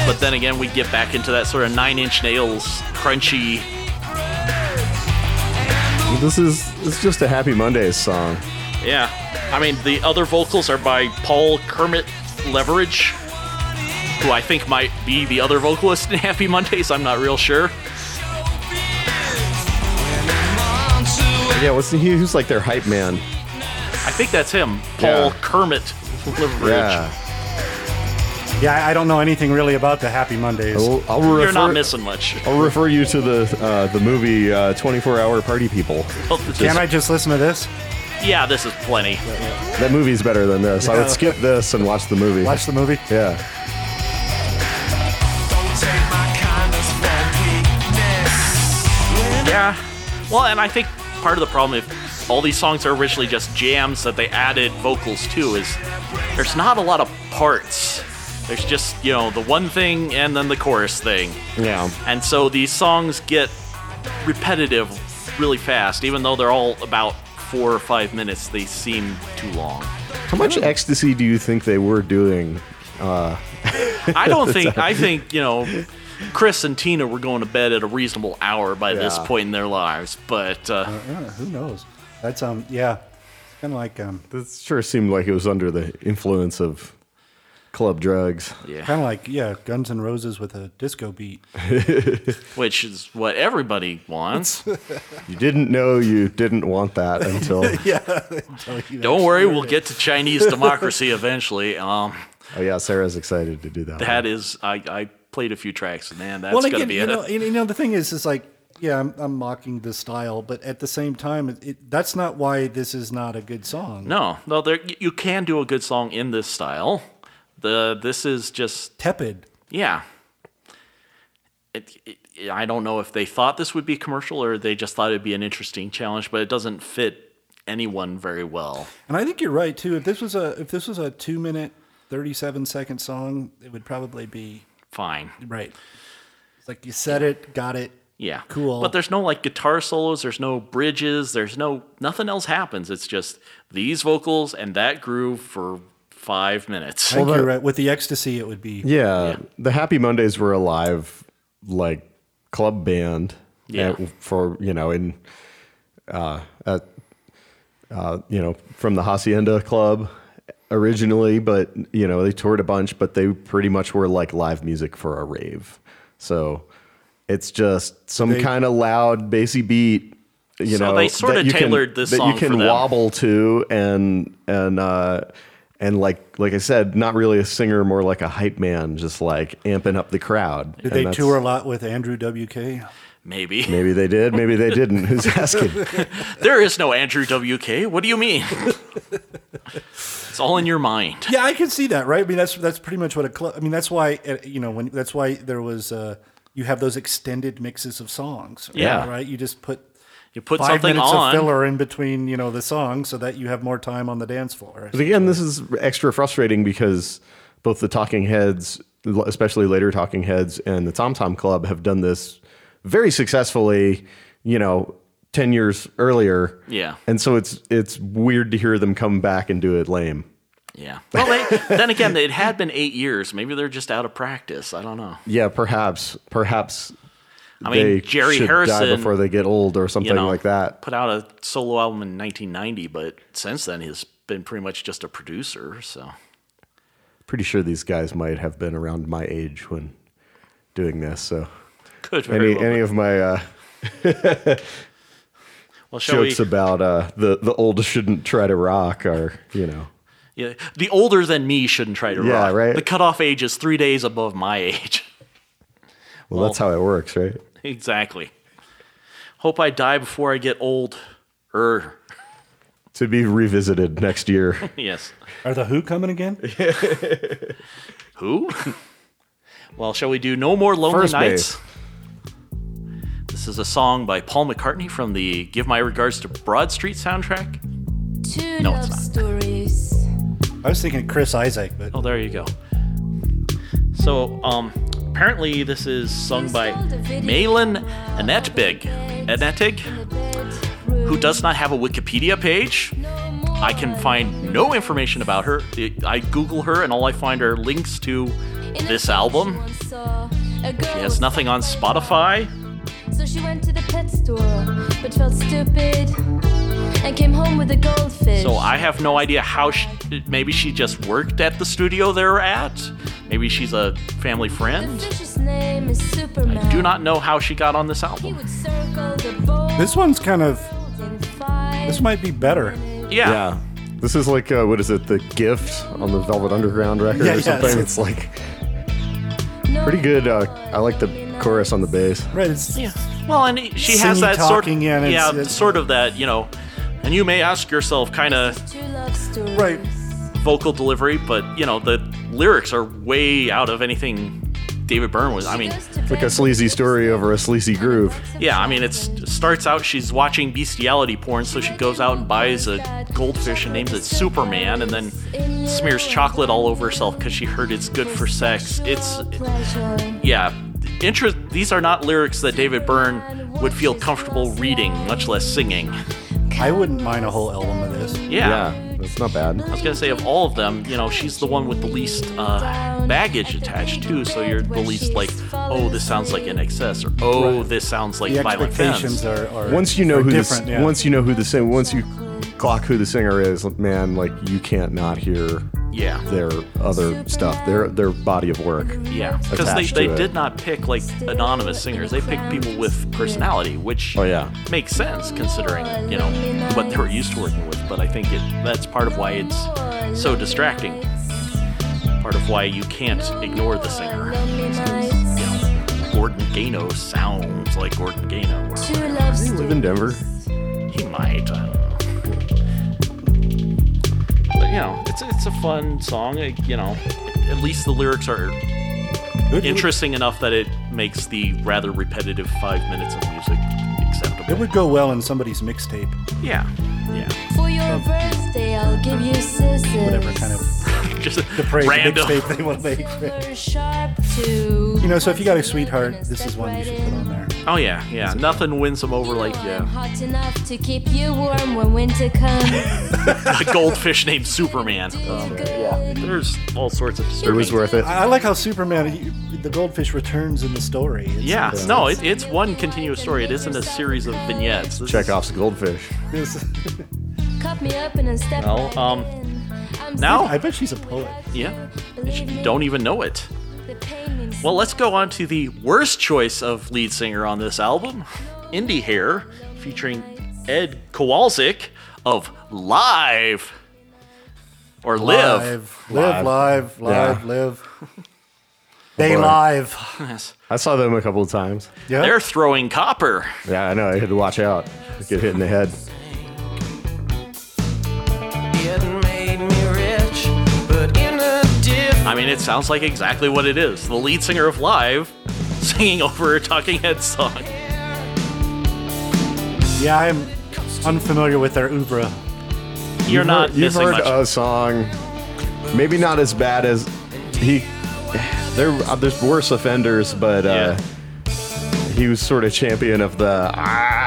[SPEAKER 5] But then again, we get back into that sort of nine inch nails, crunchy.
[SPEAKER 6] This is it's just a Happy Mondays song.
[SPEAKER 5] Yeah. I mean, the other vocals are by Paul Kermit Leverage, who I think might be the other vocalist in <laughs> Happy Mondays. I'm not real sure.
[SPEAKER 6] Yeah, what's the, he who's like their hype man?
[SPEAKER 5] I think that's him, Paul
[SPEAKER 6] Yeah.
[SPEAKER 5] Kermit Leverage.
[SPEAKER 6] Yeah,
[SPEAKER 7] Yeah, I- I don't know anything really about the Happy Mondays.
[SPEAKER 6] I'll, I'll refer,
[SPEAKER 5] You're not missing much. <laughs>
[SPEAKER 6] I'll refer you to the uh, the movie uh, 24 Hour Party People.
[SPEAKER 5] Well, this-
[SPEAKER 7] Can I just listen to this?
[SPEAKER 5] Yeah, this is plenty.
[SPEAKER 6] That movie's better than this. I would skip this and watch the movie.
[SPEAKER 7] Watch the movie.
[SPEAKER 6] yeah.
[SPEAKER 5] Yeah. Well, and I think part of the problem, if all these songs are originally just jams that they added vocals to, is there's not a lot of parts. There's just, you know, the one thing and then the chorus thing.
[SPEAKER 6] Yeah.
[SPEAKER 5] And so these songs get repetitive really fast. Even though they're all about four or five minutes, they seem too long.
[SPEAKER 6] How much ecstasy do you think they were doing?
[SPEAKER 5] I don't think, I think, you know, Chris and Tina were going to bed at a reasonable hour by this
[SPEAKER 6] Yeah.
[SPEAKER 5] point in their lives, but uh,
[SPEAKER 7] Yeah, who knows? That's um, yeah, it's kind of like um,
[SPEAKER 6] This sure seemed like it was under the influence of club drugs.
[SPEAKER 7] kind of like yeah, Guns N' Roses with a disco beat.
[SPEAKER 5] which is what everybody wants.
[SPEAKER 6] You didn't know you didn't want that until.
[SPEAKER 5] Don't worry, we'll get to Chinese democracy eventually. Um,
[SPEAKER 6] Oh yeah, Sarah's excited to do that.
[SPEAKER 5] that is, I, I played a few tracks, and man, that's
[SPEAKER 7] well,
[SPEAKER 5] gonna
[SPEAKER 7] again,
[SPEAKER 5] be
[SPEAKER 7] you
[SPEAKER 5] it.
[SPEAKER 7] know, you know, the thing is, is like yeah, I'm, I'm mocking the style, but at the same time, it, it, that's not why this is not a good song.
[SPEAKER 5] no, no, there y- you can do a good song in this style. The this is just
[SPEAKER 7] Tepid.
[SPEAKER 5] yeah. It, it, I don't know if they thought this would be commercial or they just thought it'd be an interesting challenge, but it doesn't fit anyone very well.
[SPEAKER 7] And I think you're right too. If this was a if this was a two minute thirty seven second song, it would probably be
[SPEAKER 5] Fine.
[SPEAKER 7] right. It's like you said it, got it.
[SPEAKER 5] Yeah.
[SPEAKER 7] Cool.
[SPEAKER 5] But there's no like guitar solos, there's no bridges, there's no nothing else happens. It's just these vocals and that groove for five minutes.
[SPEAKER 7] I think you're right. With the ecstasy, it would be
[SPEAKER 6] Yeah,
[SPEAKER 5] Yeah.
[SPEAKER 6] the Happy Mondays were a live like club band.
[SPEAKER 5] Yeah.
[SPEAKER 6] uh, for you know in uh, at, uh, you know from the Hacienda Club originally, but you know they toured a bunch, but they pretty much were like live music for a rave. So it's just some kind of loud bassy beat. You
[SPEAKER 5] So
[SPEAKER 6] know,
[SPEAKER 5] they sorta
[SPEAKER 6] that you can-
[SPEAKER 5] tailored this
[SPEAKER 6] that
[SPEAKER 5] song
[SPEAKER 6] you
[SPEAKER 5] for
[SPEAKER 6] can
[SPEAKER 5] them.
[SPEAKER 6] wobble to and and uh, and like like I said, not really a singer, more like a hype man, just like amping up the crowd.
[SPEAKER 7] Did
[SPEAKER 6] And
[SPEAKER 7] they
[SPEAKER 6] that's-
[SPEAKER 7] tour a lot with Andrew WK?
[SPEAKER 5] Maybe.
[SPEAKER 6] <laughs> Maybe they did. Maybe they didn't.
[SPEAKER 7] <laughs>
[SPEAKER 6] Who's asking?
[SPEAKER 5] <laughs> There is no Andrew WK. What do you
[SPEAKER 6] <laughs>
[SPEAKER 5] mean? it's all in your mind.
[SPEAKER 7] Yeah, I can see that, right? I mean, that's that's pretty much what a club. I mean, that's why uh, you know when that's why there was uh, you have those extended mixes of songs.
[SPEAKER 5] Yeah.
[SPEAKER 7] right. You just put
[SPEAKER 5] You put
[SPEAKER 7] five
[SPEAKER 5] something
[SPEAKER 7] minutes
[SPEAKER 5] on.
[SPEAKER 7] of filler in between you know the songs so that you have more time on the dance floor.
[SPEAKER 6] But again, this is extra frustrating because both the Talking Heads, especially later Talking Heads, and the Tom Tom Club have done this very successfully. You know, ten years earlier.
[SPEAKER 5] Yeah.
[SPEAKER 6] And so it's it's weird to hear them come back and do it lame.
[SPEAKER 5] Yeah. Well, they, then again, it had been eight years. Maybe they're just out of practice. I don't know.
[SPEAKER 6] Yeah, perhaps, perhaps.
[SPEAKER 5] I mean,
[SPEAKER 6] they
[SPEAKER 5] Jerry
[SPEAKER 6] should die
[SPEAKER 5] Harrison,
[SPEAKER 6] before they get old or something
[SPEAKER 5] you know,
[SPEAKER 6] like that.
[SPEAKER 5] put out a solo album in 1990, but since then he's been pretty much just a producer. So
[SPEAKER 6] Pretty sure these guys might have been around my age when doing this. So
[SPEAKER 5] could very
[SPEAKER 6] any
[SPEAKER 5] well.
[SPEAKER 6] any
[SPEAKER 5] be.
[SPEAKER 6] of my. Uh,
[SPEAKER 5] well, shall we?
[SPEAKER 6] jokes about uh, the the old shouldn't try to rock are you know
[SPEAKER 5] Yeah, the older than me shouldn't try to
[SPEAKER 6] Yeah,
[SPEAKER 5] rock.
[SPEAKER 6] right.
[SPEAKER 5] The cutoff age is three days above my <laughs> age.
[SPEAKER 6] well, that's how it works right
[SPEAKER 5] exactly. Hope I die before I get old. Er,
[SPEAKER 6] to be revisited
[SPEAKER 5] <laughs>
[SPEAKER 6] next year
[SPEAKER 5] yes.
[SPEAKER 7] Are the Who coming again?
[SPEAKER 5] Who? <laughs> well, shall we do No More Lonely
[SPEAKER 6] First
[SPEAKER 5] Nights?
[SPEAKER 6] base.
[SPEAKER 5] This is a song by Paul McCartney from the Give My Regards to Broad Street soundtrack.
[SPEAKER 3] Two
[SPEAKER 5] No, it's
[SPEAKER 3] love
[SPEAKER 5] not.
[SPEAKER 3] stories.
[SPEAKER 7] I was thinking Chris Isaac, but
[SPEAKER 5] Oh, there you go. So, um, apparently this is sung by Malin Anetbig, Anetig, who does not have a Wikipedia page. I can find no information about her. I Google her, and all I find are links to this album. She
[SPEAKER 3] She
[SPEAKER 5] has nothing on Spotify.
[SPEAKER 3] So she went to the pet store, but felt stupid and came home with a goldfish.
[SPEAKER 5] So I have no idea how. She, maybe she just worked at the studio they're at. Maybe she's a family
[SPEAKER 3] the
[SPEAKER 5] friend.
[SPEAKER 3] fish's name is Superman.
[SPEAKER 5] I do not know how she got on this
[SPEAKER 3] He
[SPEAKER 5] album.
[SPEAKER 3] would circle the bowl
[SPEAKER 7] this one's kind of
[SPEAKER 3] and find
[SPEAKER 7] this might be better.
[SPEAKER 5] Yeah.
[SPEAKER 6] this is like uh, what is it the gift on the velvet underground record
[SPEAKER 7] Yeah,
[SPEAKER 6] or
[SPEAKER 7] yes.
[SPEAKER 6] something it's like
[SPEAKER 3] no
[SPEAKER 6] pretty good uh,
[SPEAKER 3] more
[SPEAKER 6] i like the
[SPEAKER 3] lonely
[SPEAKER 6] chorus on the
[SPEAKER 3] nights.
[SPEAKER 6] bass
[SPEAKER 7] Right? It's, yeah.
[SPEAKER 5] Well, and he- she has
[SPEAKER 7] Singy
[SPEAKER 5] that sort,
[SPEAKER 7] talking, yeah, and it's-
[SPEAKER 5] yeah,
[SPEAKER 7] it's-
[SPEAKER 5] sort of that, you know. And you may ask yourself, kind of
[SPEAKER 3] Two love stories.
[SPEAKER 7] Right.
[SPEAKER 5] vocal delivery, but you know the lyrics are way out of anything David Byrne was. I mean,
[SPEAKER 6] like a sleazy story over a sleazy groove
[SPEAKER 5] yeah, I mean it's- it starts out she's watching bestiality porn, so she goes out and buys a goldfish and names it Superman, and then smears chocolate all over herself because she heard it's good for sex. It's yeah. Interest, these are not lyrics that David Byrne would feel comfortable reading, much less singing.
[SPEAKER 7] I wouldn't mind a whole album of this.
[SPEAKER 5] yeah.
[SPEAKER 6] that's not bad
[SPEAKER 5] I was gonna say of all of them, you know, she's the one with the least uh, baggage attached too. So you're the least like, oh, this sounds like in excess, or oh, this sounds like
[SPEAKER 7] The
[SPEAKER 5] violent
[SPEAKER 7] expectations
[SPEAKER 5] fence.
[SPEAKER 7] are, are
[SPEAKER 6] once you know
[SPEAKER 7] are
[SPEAKER 6] who
[SPEAKER 7] different.
[SPEAKER 6] the,
[SPEAKER 7] yeah.
[SPEAKER 6] once you know who the singer once you clock who the singer is man like you can't not hear
[SPEAKER 5] Yeah.
[SPEAKER 6] their other stuff their their body of work
[SPEAKER 5] Yeah, because they,
[SPEAKER 6] attached
[SPEAKER 5] they
[SPEAKER 6] to it.
[SPEAKER 5] did not pick like anonymous singers. They picked people with personality, which
[SPEAKER 6] Oh, yeah.
[SPEAKER 5] makes sense considering you know what they were used to working with. But I think it that's part of why it's so distracting. Part of why you can't ignore the singer. You know, Gordon Gano sounds like Gordon Gano. or
[SPEAKER 3] Two
[SPEAKER 5] whatever.
[SPEAKER 3] love
[SPEAKER 6] Does he live in denver
[SPEAKER 5] He might. I don't know. But you know, it's it's a fun song. it- you know, at least the lyrics are interesting enough that it makes the rather repetitive five minutes of music acceptable.
[SPEAKER 7] it would go well in somebody's mixtape,
[SPEAKER 5] yeah, yeah.
[SPEAKER 3] For your birthday, I'll give you scissors.
[SPEAKER 7] whatever kind of <laughs>
[SPEAKER 5] Just
[SPEAKER 7] praise
[SPEAKER 5] random.
[SPEAKER 7] mixtape they want to make.
[SPEAKER 5] <laughs>
[SPEAKER 3] Silver sharp too.
[SPEAKER 7] You know, so if you got a sweetheart, this is one you should put on there.
[SPEAKER 5] Oh yeah, yeah. Nothing wins them over like yeah,
[SPEAKER 3] Hot enough to keep you warm when winter
[SPEAKER 5] <laughs>
[SPEAKER 3] comes.
[SPEAKER 5] a goldfish named Superman. Um, There's all sorts of
[SPEAKER 6] it was
[SPEAKER 5] disturbing.
[SPEAKER 6] worth it
[SPEAKER 7] I, I like how Superman, he, the goldfish returns in the story. It's-
[SPEAKER 5] Yeah, no, it, it's one continuous story. It isn't a series of vignettes. This is-
[SPEAKER 6] Chekhov's goldfish.
[SPEAKER 7] it's-
[SPEAKER 3] Cup me up and then step
[SPEAKER 5] Well,
[SPEAKER 3] right
[SPEAKER 5] um,
[SPEAKER 3] in. I'm
[SPEAKER 5] now-
[SPEAKER 7] I bet she's a poet.
[SPEAKER 5] Yeah, don't e- even know it.
[SPEAKER 3] The pain means
[SPEAKER 5] Well, let's go on to the worst choice of lead singer on this album Indie Hair, featuring Ed Kowalczyk of Live or <laughs> Live.
[SPEAKER 7] Live, live, live, live,
[SPEAKER 6] Yeah.
[SPEAKER 7] live. <laughs> They
[SPEAKER 6] Boy.
[SPEAKER 7] live.
[SPEAKER 6] I saw them a couple of times.
[SPEAKER 7] Yeah.
[SPEAKER 5] They're throwing copper.
[SPEAKER 6] Yeah, I know. I had to watch out. Get hit in the head.
[SPEAKER 9] It made me rich, but in a different
[SPEAKER 5] I mean, it sounds like exactly what it is the lead singer of Live <laughs> singing over a Talking Heads song.
[SPEAKER 7] yeah, I'm unfamiliar with their oeuvre.
[SPEAKER 5] You're not
[SPEAKER 6] You've
[SPEAKER 5] missing
[SPEAKER 6] heard
[SPEAKER 5] much.
[SPEAKER 6] a song, maybe not as bad as he. There, uh, there's worse offenders, but uh, he was sort of champion of the "Ah,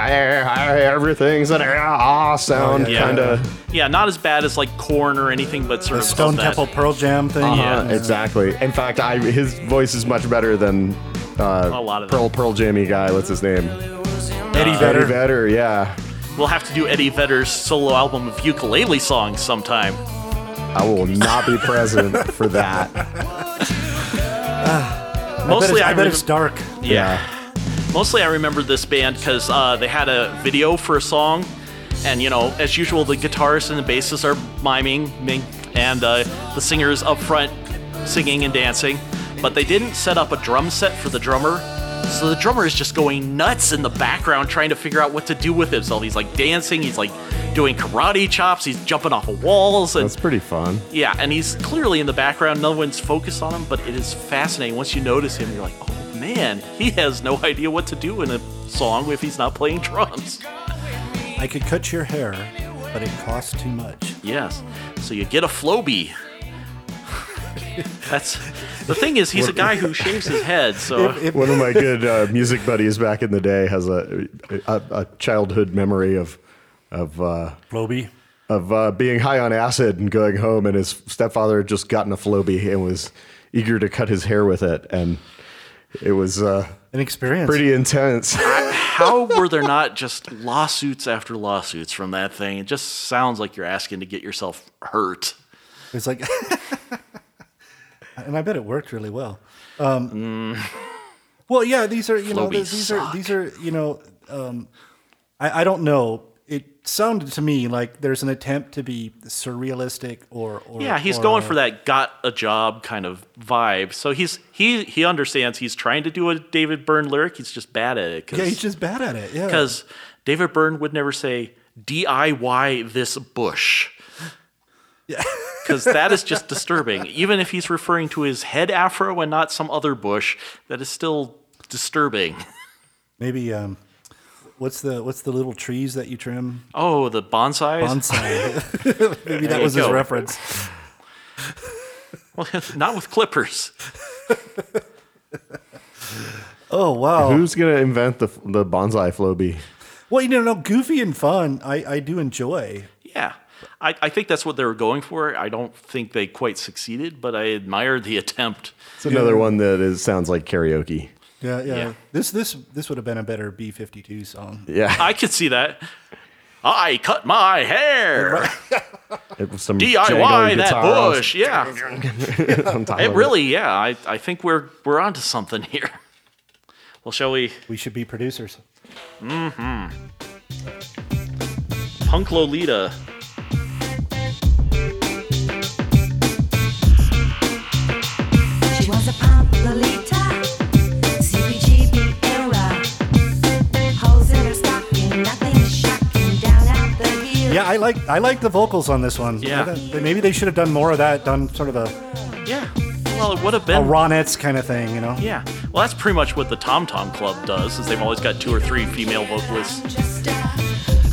[SPEAKER 6] ah, everything's an ah ah" sound,
[SPEAKER 7] yeah.
[SPEAKER 6] kind of.
[SPEAKER 5] Oh, Yeah, not as bad as like Corn or anything, but sort
[SPEAKER 7] The
[SPEAKER 5] of of
[SPEAKER 7] Stone
[SPEAKER 5] that-
[SPEAKER 7] Temple Pearl Jam thing.
[SPEAKER 5] Yeah.
[SPEAKER 6] Uh, exactly. In fact, I his voice is much better than uh,
[SPEAKER 5] A lot of
[SPEAKER 6] Pearl Pearl Jammy guy. What's his name?
[SPEAKER 7] Eddie
[SPEAKER 6] Eddie
[SPEAKER 7] Vedder.
[SPEAKER 6] Vedder. Yeah,
[SPEAKER 5] We'll have to do Eddie Vedder's solo album of ukulele songs sometime.
[SPEAKER 6] I will not be <laughs> present for that.
[SPEAKER 5] Mostly,
[SPEAKER 7] I bet, it's, I
[SPEAKER 5] remem-
[SPEAKER 7] bet it's dark.
[SPEAKER 5] yeah. Mostly, I remember this band because uh, they had a video for a song, and you know, as usual, the guitarist and the bassist are miming, ming, and uh, the singer is up front singing and dancing. But they didn't set up a drum set for the drummer, so the drummer is just going nuts in the background trying to figure out what to do with himself. He's like dancing, he's like doing karate chops, he's jumping off of walls, and
[SPEAKER 6] That's pretty fun.
[SPEAKER 5] yeah, and he's clearly in the background. No one's focused on him, but it is fascinating. Once you notice him, you're like, oh man, he has no <laughs> idea what to do in a song if he's not playing drums.
[SPEAKER 7] I could cut your hair, but it costs too much.
[SPEAKER 5] Yes. So you get a Floby. <laughs> That's the thing is he's a guy who shaves his head, so
[SPEAKER 6] One of my good uh, music buddies back in the day has a a, a childhood memory of of uh,
[SPEAKER 7] Floby.
[SPEAKER 6] of uh, being high on acid and going home, and his stepfather had just gotten a Flowbee and was eager to cut his hair with it, and it was uh,
[SPEAKER 7] An experience.
[SPEAKER 6] pretty
[SPEAKER 5] <laughs>
[SPEAKER 6] intense.
[SPEAKER 5] how were there not just lawsuits after lawsuits from that thing? It just sounds like you're asking to get yourself hurt.
[SPEAKER 7] It's like, <laughs> and I bet it worked really well. Um, Well, yeah, these are you know
[SPEAKER 5] Flobies
[SPEAKER 7] th- these
[SPEAKER 5] Mm. suck.
[SPEAKER 7] are these are you know um, I, I don't know. It sounded to me like there's an attempt to be surrealistic or, or
[SPEAKER 5] Yeah, he's
[SPEAKER 7] or,
[SPEAKER 5] going for that got a job kind of vibe. So he's he he understands he's trying to do a David Byrne lyric. He's just bad at it. Cause,
[SPEAKER 7] Yeah, he's just bad at it. Yeah,
[SPEAKER 5] 'cause David Byrne would never say DIY this bush.
[SPEAKER 7] <laughs>
[SPEAKER 5] Because that is just disturbing. Even if he's referring to his head afro and not some other bush, that is still disturbing.
[SPEAKER 7] maybe um, what's the what's the little trees that you trim?
[SPEAKER 5] Oh, the bonsais? <laughs>
[SPEAKER 7] Bonsai. maybe that
[SPEAKER 5] you
[SPEAKER 7] was his
[SPEAKER 5] go.
[SPEAKER 7] reference.
[SPEAKER 5] <laughs> not with clippers.
[SPEAKER 7] Oh wow.
[SPEAKER 6] Who's gonna invent the the bonsai Flowbee?
[SPEAKER 7] Well, you know, no, goofy and fun. I I do enjoy.
[SPEAKER 5] Yeah. I, I think that's what they were going for. I don't think they quite succeeded, but I admire the attempt.
[SPEAKER 6] It's another one that is sounds like karaoke.
[SPEAKER 7] Yeah, yeah.
[SPEAKER 5] Yeah.
[SPEAKER 7] This this this would have been a better B fifty two song.
[SPEAKER 6] Yeah,
[SPEAKER 5] I could see that. I cut my <laughs> hair.
[SPEAKER 6] it was some
[SPEAKER 5] DIY
[SPEAKER 6] jangly
[SPEAKER 5] that
[SPEAKER 6] guitars.
[SPEAKER 5] bush. Yeah.
[SPEAKER 6] <laughs> I'm tired
[SPEAKER 5] It
[SPEAKER 6] of
[SPEAKER 5] really, yeah. I, I think we're we're onto something here. Well, shall we
[SPEAKER 7] We should be producers.
[SPEAKER 5] punk Lolita?
[SPEAKER 10] She was a pop Lolita, CBGB era. Holes in her stocking, nothing shocking, down out the heel.
[SPEAKER 7] Yeah, I like I like the vocals on this one.
[SPEAKER 5] Yeah.
[SPEAKER 7] They- maybe they should have done more of that. Done sort of a,
[SPEAKER 5] Yeah. Well, it would have
[SPEAKER 7] a
[SPEAKER 5] been.
[SPEAKER 7] Ronettes kind of thing, you know.
[SPEAKER 5] Yeah. Well, that's pretty much what the Tom Tom Club does, is they've always got two or three female vocalists.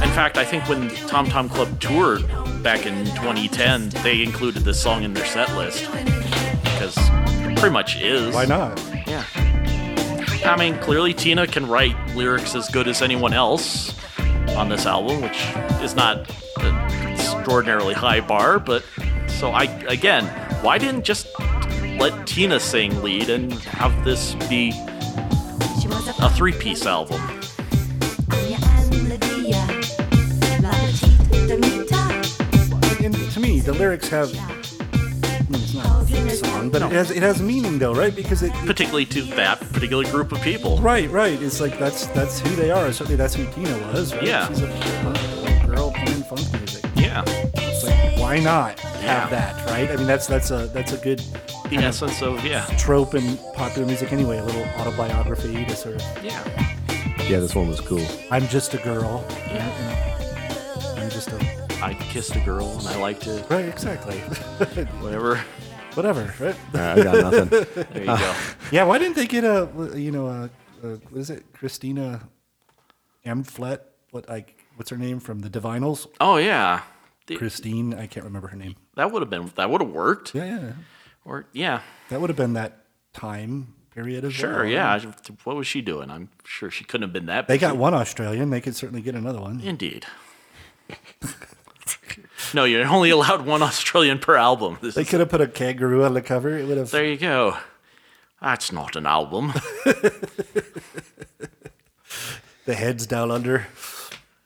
[SPEAKER 5] In fact, I think when Tom Tom Club toured back in 2010, they included this song in their set list because it pretty much is.
[SPEAKER 7] Why not?
[SPEAKER 5] Yeah. I mean, clearly Tina can write lyrics as good as anyone else on this album, which is not an extraordinarily high bar, but so I again, why didn't just let Tina sing lead and have this be
[SPEAKER 10] She was a
[SPEAKER 5] a three-piece album?
[SPEAKER 10] Anya and Lydia. La Petite Demita.
[SPEAKER 7] And to me, the lyrics have I mean, Hmm, it's not a song, but it has it has meaning though, right? Because it, it
[SPEAKER 5] particularly to that particular group of people.
[SPEAKER 7] right, right. It's like that's that's who they are. and Certainly that's who Tina was, right?
[SPEAKER 5] Yeah.
[SPEAKER 7] She's a punk girl playing funk music.
[SPEAKER 5] Yeah,
[SPEAKER 7] It's like why not
[SPEAKER 5] Yeah.
[SPEAKER 7] have that, right? I mean, that's that's a that's a good
[SPEAKER 5] the essence of yeah,
[SPEAKER 7] trope in popular music anyway. A little autobiography to sort of
[SPEAKER 5] yeah,
[SPEAKER 6] Yeah, this one was cool.
[SPEAKER 7] I'm just a girl. you know? I'm just a
[SPEAKER 5] I kissed a girl and I liked it.
[SPEAKER 7] right, exactly. <laughs>
[SPEAKER 5] Whatever.
[SPEAKER 7] Whatever, right?
[SPEAKER 6] Nah, I got nothing.
[SPEAKER 5] There you go.
[SPEAKER 7] Yeah, why didn't they get a you know a, a what is it Christina Amflet? What like what's her name from the Divinals?
[SPEAKER 5] Oh yeah, The-
[SPEAKER 7] Christine, I can't remember her name.
[SPEAKER 5] that would have been that would have worked.
[SPEAKER 7] Yeah, yeah,
[SPEAKER 5] Or yeah,
[SPEAKER 7] that would have been that time period as well.
[SPEAKER 5] sure, yeah. I- What was she doing? I'm sure she couldn't have been that.
[SPEAKER 7] They
[SPEAKER 5] busy.
[SPEAKER 7] got one Australian. They could certainly get another one.
[SPEAKER 5] Indeed. no, you're only allowed one Australian per album. This
[SPEAKER 7] They
[SPEAKER 5] is,
[SPEAKER 7] could have put a kangaroo on the cover. It would have.
[SPEAKER 5] there you go. That's not an album.
[SPEAKER 7] The heads down under.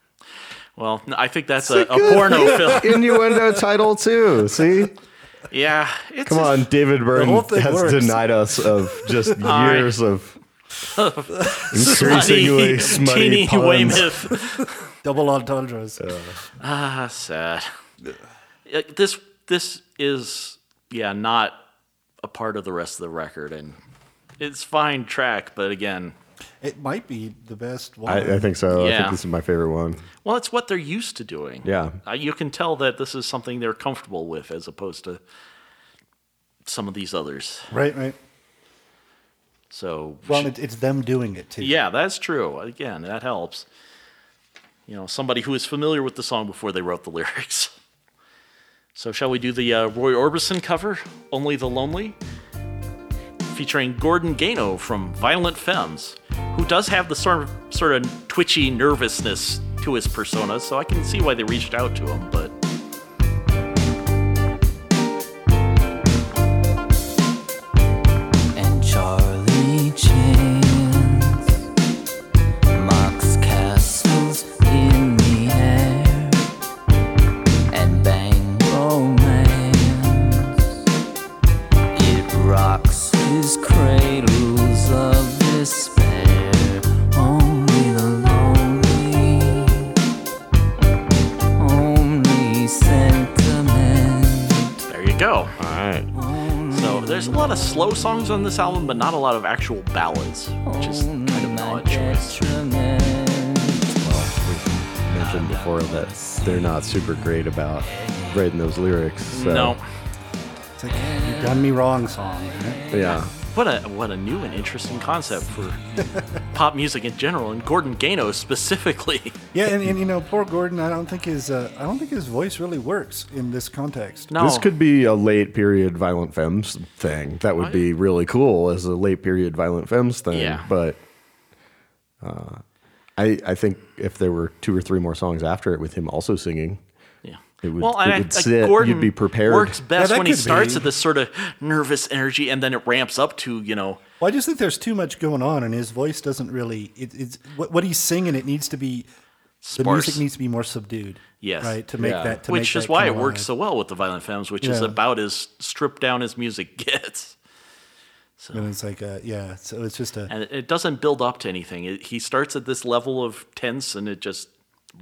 [SPEAKER 7] <laughs>
[SPEAKER 5] well, no, I think that's a, a porno film.
[SPEAKER 6] Innuendo title too. See,
[SPEAKER 5] Yeah, it's
[SPEAKER 6] come on, David Byrne
[SPEAKER 7] whole thing
[SPEAKER 6] has
[SPEAKER 7] works.
[SPEAKER 6] denied us of just
[SPEAKER 5] right.
[SPEAKER 6] years of
[SPEAKER 5] Teeny,
[SPEAKER 6] increasingly smutty
[SPEAKER 5] teeny
[SPEAKER 6] puns.
[SPEAKER 5] Weymouth.
[SPEAKER 7] Double entendres.
[SPEAKER 5] Ah, sad. Uh, This this is yeah not a part of the rest of the record, and it's fine track, but again,
[SPEAKER 7] It might be the best one.
[SPEAKER 6] I, I think so. I
[SPEAKER 5] Yeah.
[SPEAKER 6] think this is my favorite one.
[SPEAKER 5] well, it's what they're used to doing.
[SPEAKER 6] Yeah.
[SPEAKER 5] uh, you can tell that this is something they're comfortable with, as opposed to some of these others.
[SPEAKER 7] Right, right.
[SPEAKER 5] So
[SPEAKER 7] Well, it, it's them doing it too.
[SPEAKER 5] yeah, that's true. Again, that helps. You know, somebody who is familiar with the song before they wrote the <laughs> lyrics. So, shall we do the uh, Roy Orbison cover, Only the Lonely? Featuring Gordon Gano from Violent Femmes, who does have the sort of, sort of twitchy nervousness to his persona, so I can see why they reached out to him, but.
[SPEAKER 8] and Charlie Chains mocks castles in the air and bang romance. It rocks his cradles of despair. Only the lonely, only sentiment.
[SPEAKER 5] There you go.
[SPEAKER 6] All right.
[SPEAKER 5] So there's a lot of slow songs on this album, but not a lot of actual ballads, which is kind of an odd choice.
[SPEAKER 6] Well, we mentioned before that they're not super great about writing those lyrics. So,
[SPEAKER 5] No,
[SPEAKER 7] It's like, you done me wrong song. right?
[SPEAKER 6] Yeah.
[SPEAKER 5] What a what a new and interesting concept
[SPEAKER 7] <laughs>
[SPEAKER 5] for pop music in general, and Gordon Gano
[SPEAKER 7] <laughs>
[SPEAKER 5] specifically.
[SPEAKER 7] Yeah, and, and you know, poor Gordon. I don't think his uh, I don't think his voice really works in this context.
[SPEAKER 5] No,
[SPEAKER 6] This could be a late period violent femmes thing. That would be really cool as a late period violent femmes thing.
[SPEAKER 5] Yeah.
[SPEAKER 6] But uh, I I think if there were two or three more songs after it with him also singing,
[SPEAKER 5] yeah.
[SPEAKER 6] it would,
[SPEAKER 5] well,
[SPEAKER 6] it
[SPEAKER 5] and I,
[SPEAKER 6] would
[SPEAKER 5] like,
[SPEAKER 6] sit.
[SPEAKER 5] Gordon
[SPEAKER 6] You'd be prepared.
[SPEAKER 5] works best
[SPEAKER 7] that
[SPEAKER 5] when he
[SPEAKER 7] could
[SPEAKER 5] starts
[SPEAKER 7] be.
[SPEAKER 5] at this sort of nervous energy, and then it ramps up to you know.
[SPEAKER 7] Well, I just think there's too much going on, and his voice doesn't really. It, it's what, what he's singing. It needs to be the
[SPEAKER 5] Sparse.
[SPEAKER 7] music needs to be more subdued.
[SPEAKER 5] Yes.
[SPEAKER 7] right to make
[SPEAKER 6] Yeah.
[SPEAKER 7] that. To
[SPEAKER 5] which
[SPEAKER 7] make
[SPEAKER 5] is
[SPEAKER 7] that
[SPEAKER 5] why
[SPEAKER 7] come
[SPEAKER 5] it works so
[SPEAKER 7] alive.
[SPEAKER 5] well with the Violent Femmes, which is
[SPEAKER 7] Yeah.
[SPEAKER 5] about as stripped down as music <laughs> gets,
[SPEAKER 7] And it's like, uh, yeah. So it's just a.
[SPEAKER 5] and it doesn't build up to anything. It, he starts at this level of tense, and it just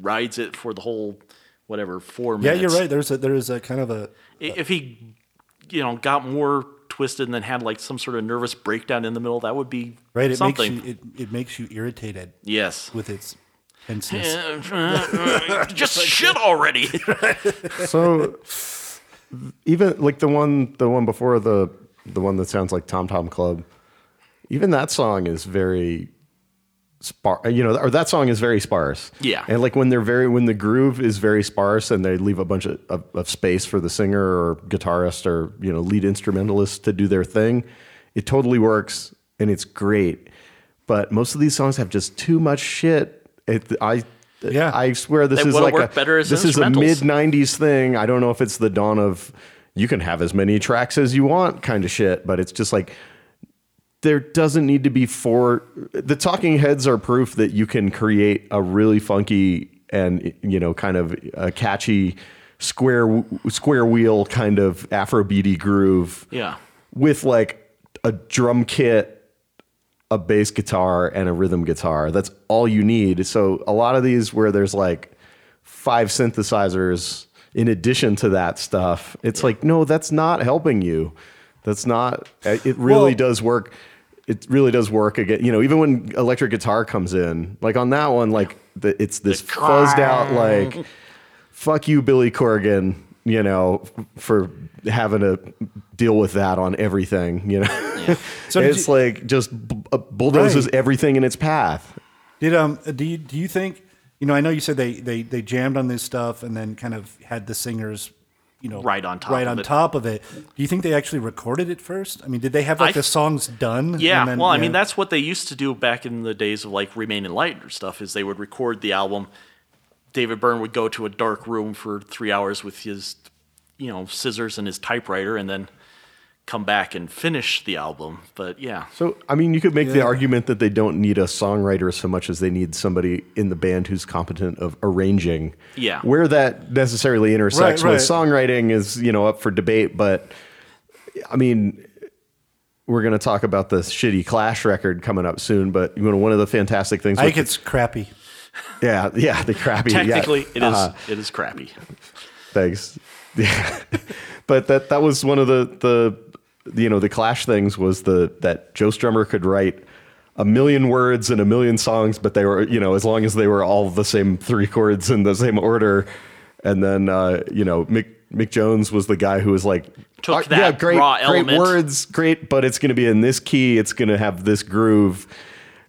[SPEAKER 5] rides it for the whole whatever four
[SPEAKER 7] Yeah,
[SPEAKER 5] minutes.
[SPEAKER 7] you're right. There's a there's a kind of a.
[SPEAKER 5] I- if he you know got more twisted and then had like some sort of nervous breakdown in the middle that would be
[SPEAKER 7] Right, it
[SPEAKER 5] something
[SPEAKER 7] makes you it, it makes you irritated
[SPEAKER 5] yes
[SPEAKER 7] with its tenseness.
[SPEAKER 5] <laughs>
[SPEAKER 6] <laughs>
[SPEAKER 5] just shit already
[SPEAKER 6] so even like the one the one before the the one that sounds like Tom Tom Club, even that song is very sparse. You know, or that song is very sparse.
[SPEAKER 5] Yeah.
[SPEAKER 6] and like when they're very when the groove is very sparse and they leave a bunch of, of, of space for the singer or guitarist or you know lead instrumentalist to do their thing, it totally works and it's great. But most of these songs have just too much shit. It, I.
[SPEAKER 7] Yeah.
[SPEAKER 6] I swear this
[SPEAKER 5] They
[SPEAKER 6] is
[SPEAKER 5] would've
[SPEAKER 6] like a,
[SPEAKER 5] worked better as
[SPEAKER 6] this is a
[SPEAKER 5] instrumentals.
[SPEAKER 6] mid 90s thing. I don't know if it's the dawn of you can have as many tracks as you want kind of shit, but it's just like there doesn't need to be four. The talking heads are proof that you can create a really funky and, you know, kind of a catchy square w- square wheel kind of Afrobeaty groove
[SPEAKER 5] Yeah.
[SPEAKER 6] with like a drum kit, a bass guitar, and a rhythm guitar. That's all you need. So a lot of these where there's like five synthesizers in addition to that stuff, it's like no, that's not helping you. That's not. uh, It really
[SPEAKER 7] Well-
[SPEAKER 6] does work. It really does work again. You know, even when electric guitar comes in, like on that one, like the, it's this fuzzed out like fuck you, Billy Corgan, you know, f- for having to deal with that on everything, you know.
[SPEAKER 7] So did
[SPEAKER 6] it's
[SPEAKER 7] you-
[SPEAKER 6] like just b- uh, bulldozes
[SPEAKER 7] Right.
[SPEAKER 6] everything in its path.
[SPEAKER 7] Did um do you, do you think you know? I know you said they they they jammed on this stuff and then kind of had the singers, you know,
[SPEAKER 5] Right on top
[SPEAKER 7] right
[SPEAKER 5] of
[SPEAKER 7] on
[SPEAKER 5] it.
[SPEAKER 7] top of it. Do you think they actually recorded it first? I mean, did they have like
[SPEAKER 5] I-
[SPEAKER 7] the songs done?
[SPEAKER 5] Yeah,
[SPEAKER 7] and then-
[SPEAKER 5] well, I
[SPEAKER 7] yeah.
[SPEAKER 5] mean, that's what they used to do back in the days of like Remain Enlightened stuff. Is they would record the album. David Byrne would go to a dark room for three hours with his, you know, scissors and his typewriter, and then come back and finish the album. But yeah,
[SPEAKER 6] So, I mean, you could make the argument that they don't need a songwriter so much as they need somebody in the band who's competent of arranging.
[SPEAKER 5] Yeah.
[SPEAKER 6] Where that necessarily intersects
[SPEAKER 7] Right,
[SPEAKER 6] with
[SPEAKER 7] right.
[SPEAKER 6] songwriting is, you know, up for debate, but I mean, we're going to talk about the shitty Clash record coming up soon, but you know, one of the fantastic things
[SPEAKER 7] I
[SPEAKER 6] with
[SPEAKER 7] think it's crappy.
[SPEAKER 6] Yeah, <laughs> yeah, the crappy. yeah.
[SPEAKER 5] technically, it is
[SPEAKER 6] Uh,
[SPEAKER 5] it is crappy.
[SPEAKER 6] thanks. <laughs> Yeah. but that that was one of the the you know the Clash things was the that Joe Strummer could write a million words and a million songs, but they were you know as long as they were all the same three chords in the same order, and then uh, you know Mick. Mick Jones was the guy who was like,
[SPEAKER 5] Took
[SPEAKER 6] "Ah,
[SPEAKER 5] that
[SPEAKER 6] yeah, great,
[SPEAKER 5] raw
[SPEAKER 6] great
[SPEAKER 5] element."
[SPEAKER 6] words, great, but it's going to be in this key. It's going to have this groove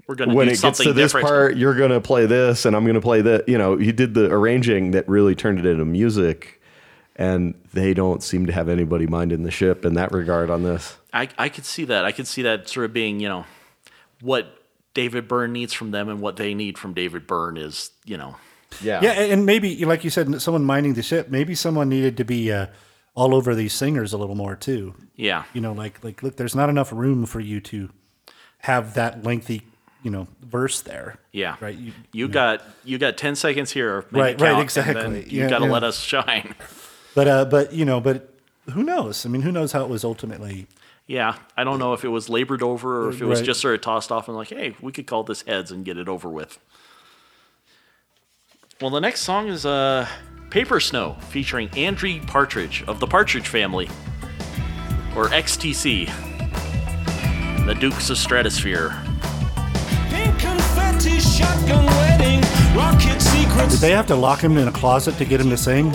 [SPEAKER 5] We're going to
[SPEAKER 6] when
[SPEAKER 5] do
[SPEAKER 6] it gets
[SPEAKER 5] something
[SPEAKER 6] to this
[SPEAKER 5] different.
[SPEAKER 6] part, you're gonna play this, and I'm gonna play that. You know, he did the arranging that really turned it into music, and they don't seem to have anybody minding the ship in that regard on this.
[SPEAKER 5] I, I could see that. I could see that sort of being, you know, what David Byrne needs from them and what they need from David Byrne is, you know,
[SPEAKER 7] Yeah, and and maybe like you said, someone minding the ship. Maybe someone needed to be uh, all over these singers a little more too.
[SPEAKER 5] yeah.
[SPEAKER 7] You know, like like look, there's not enough room for you to have that lengthy, you know, verse there.
[SPEAKER 5] Yeah.
[SPEAKER 7] Right. You,
[SPEAKER 5] You got you got ten seconds here. make it
[SPEAKER 7] Right, right,
[SPEAKER 5] count, and then
[SPEAKER 7] exactly.
[SPEAKER 5] You
[SPEAKER 7] Yeah,
[SPEAKER 5] got to
[SPEAKER 7] yeah.
[SPEAKER 5] let us shine.
[SPEAKER 7] but uh, but you know, but who knows? I mean, who knows how it was ultimately
[SPEAKER 5] Yeah, I don't know if it was labored over or if it was
[SPEAKER 7] Right.
[SPEAKER 5] just sort of tossed off and like, hey, we could call this heads and get it over with. Well, the next song is uh, "Paper Snow" featuring Andrew Partridge of the Partridge Family, or XTC, the Dukes of Stratosphere.
[SPEAKER 2] Pink confetti, shotgun wedding, rocket secrets.
[SPEAKER 7] Did they have to lock him in a closet to get him to sing?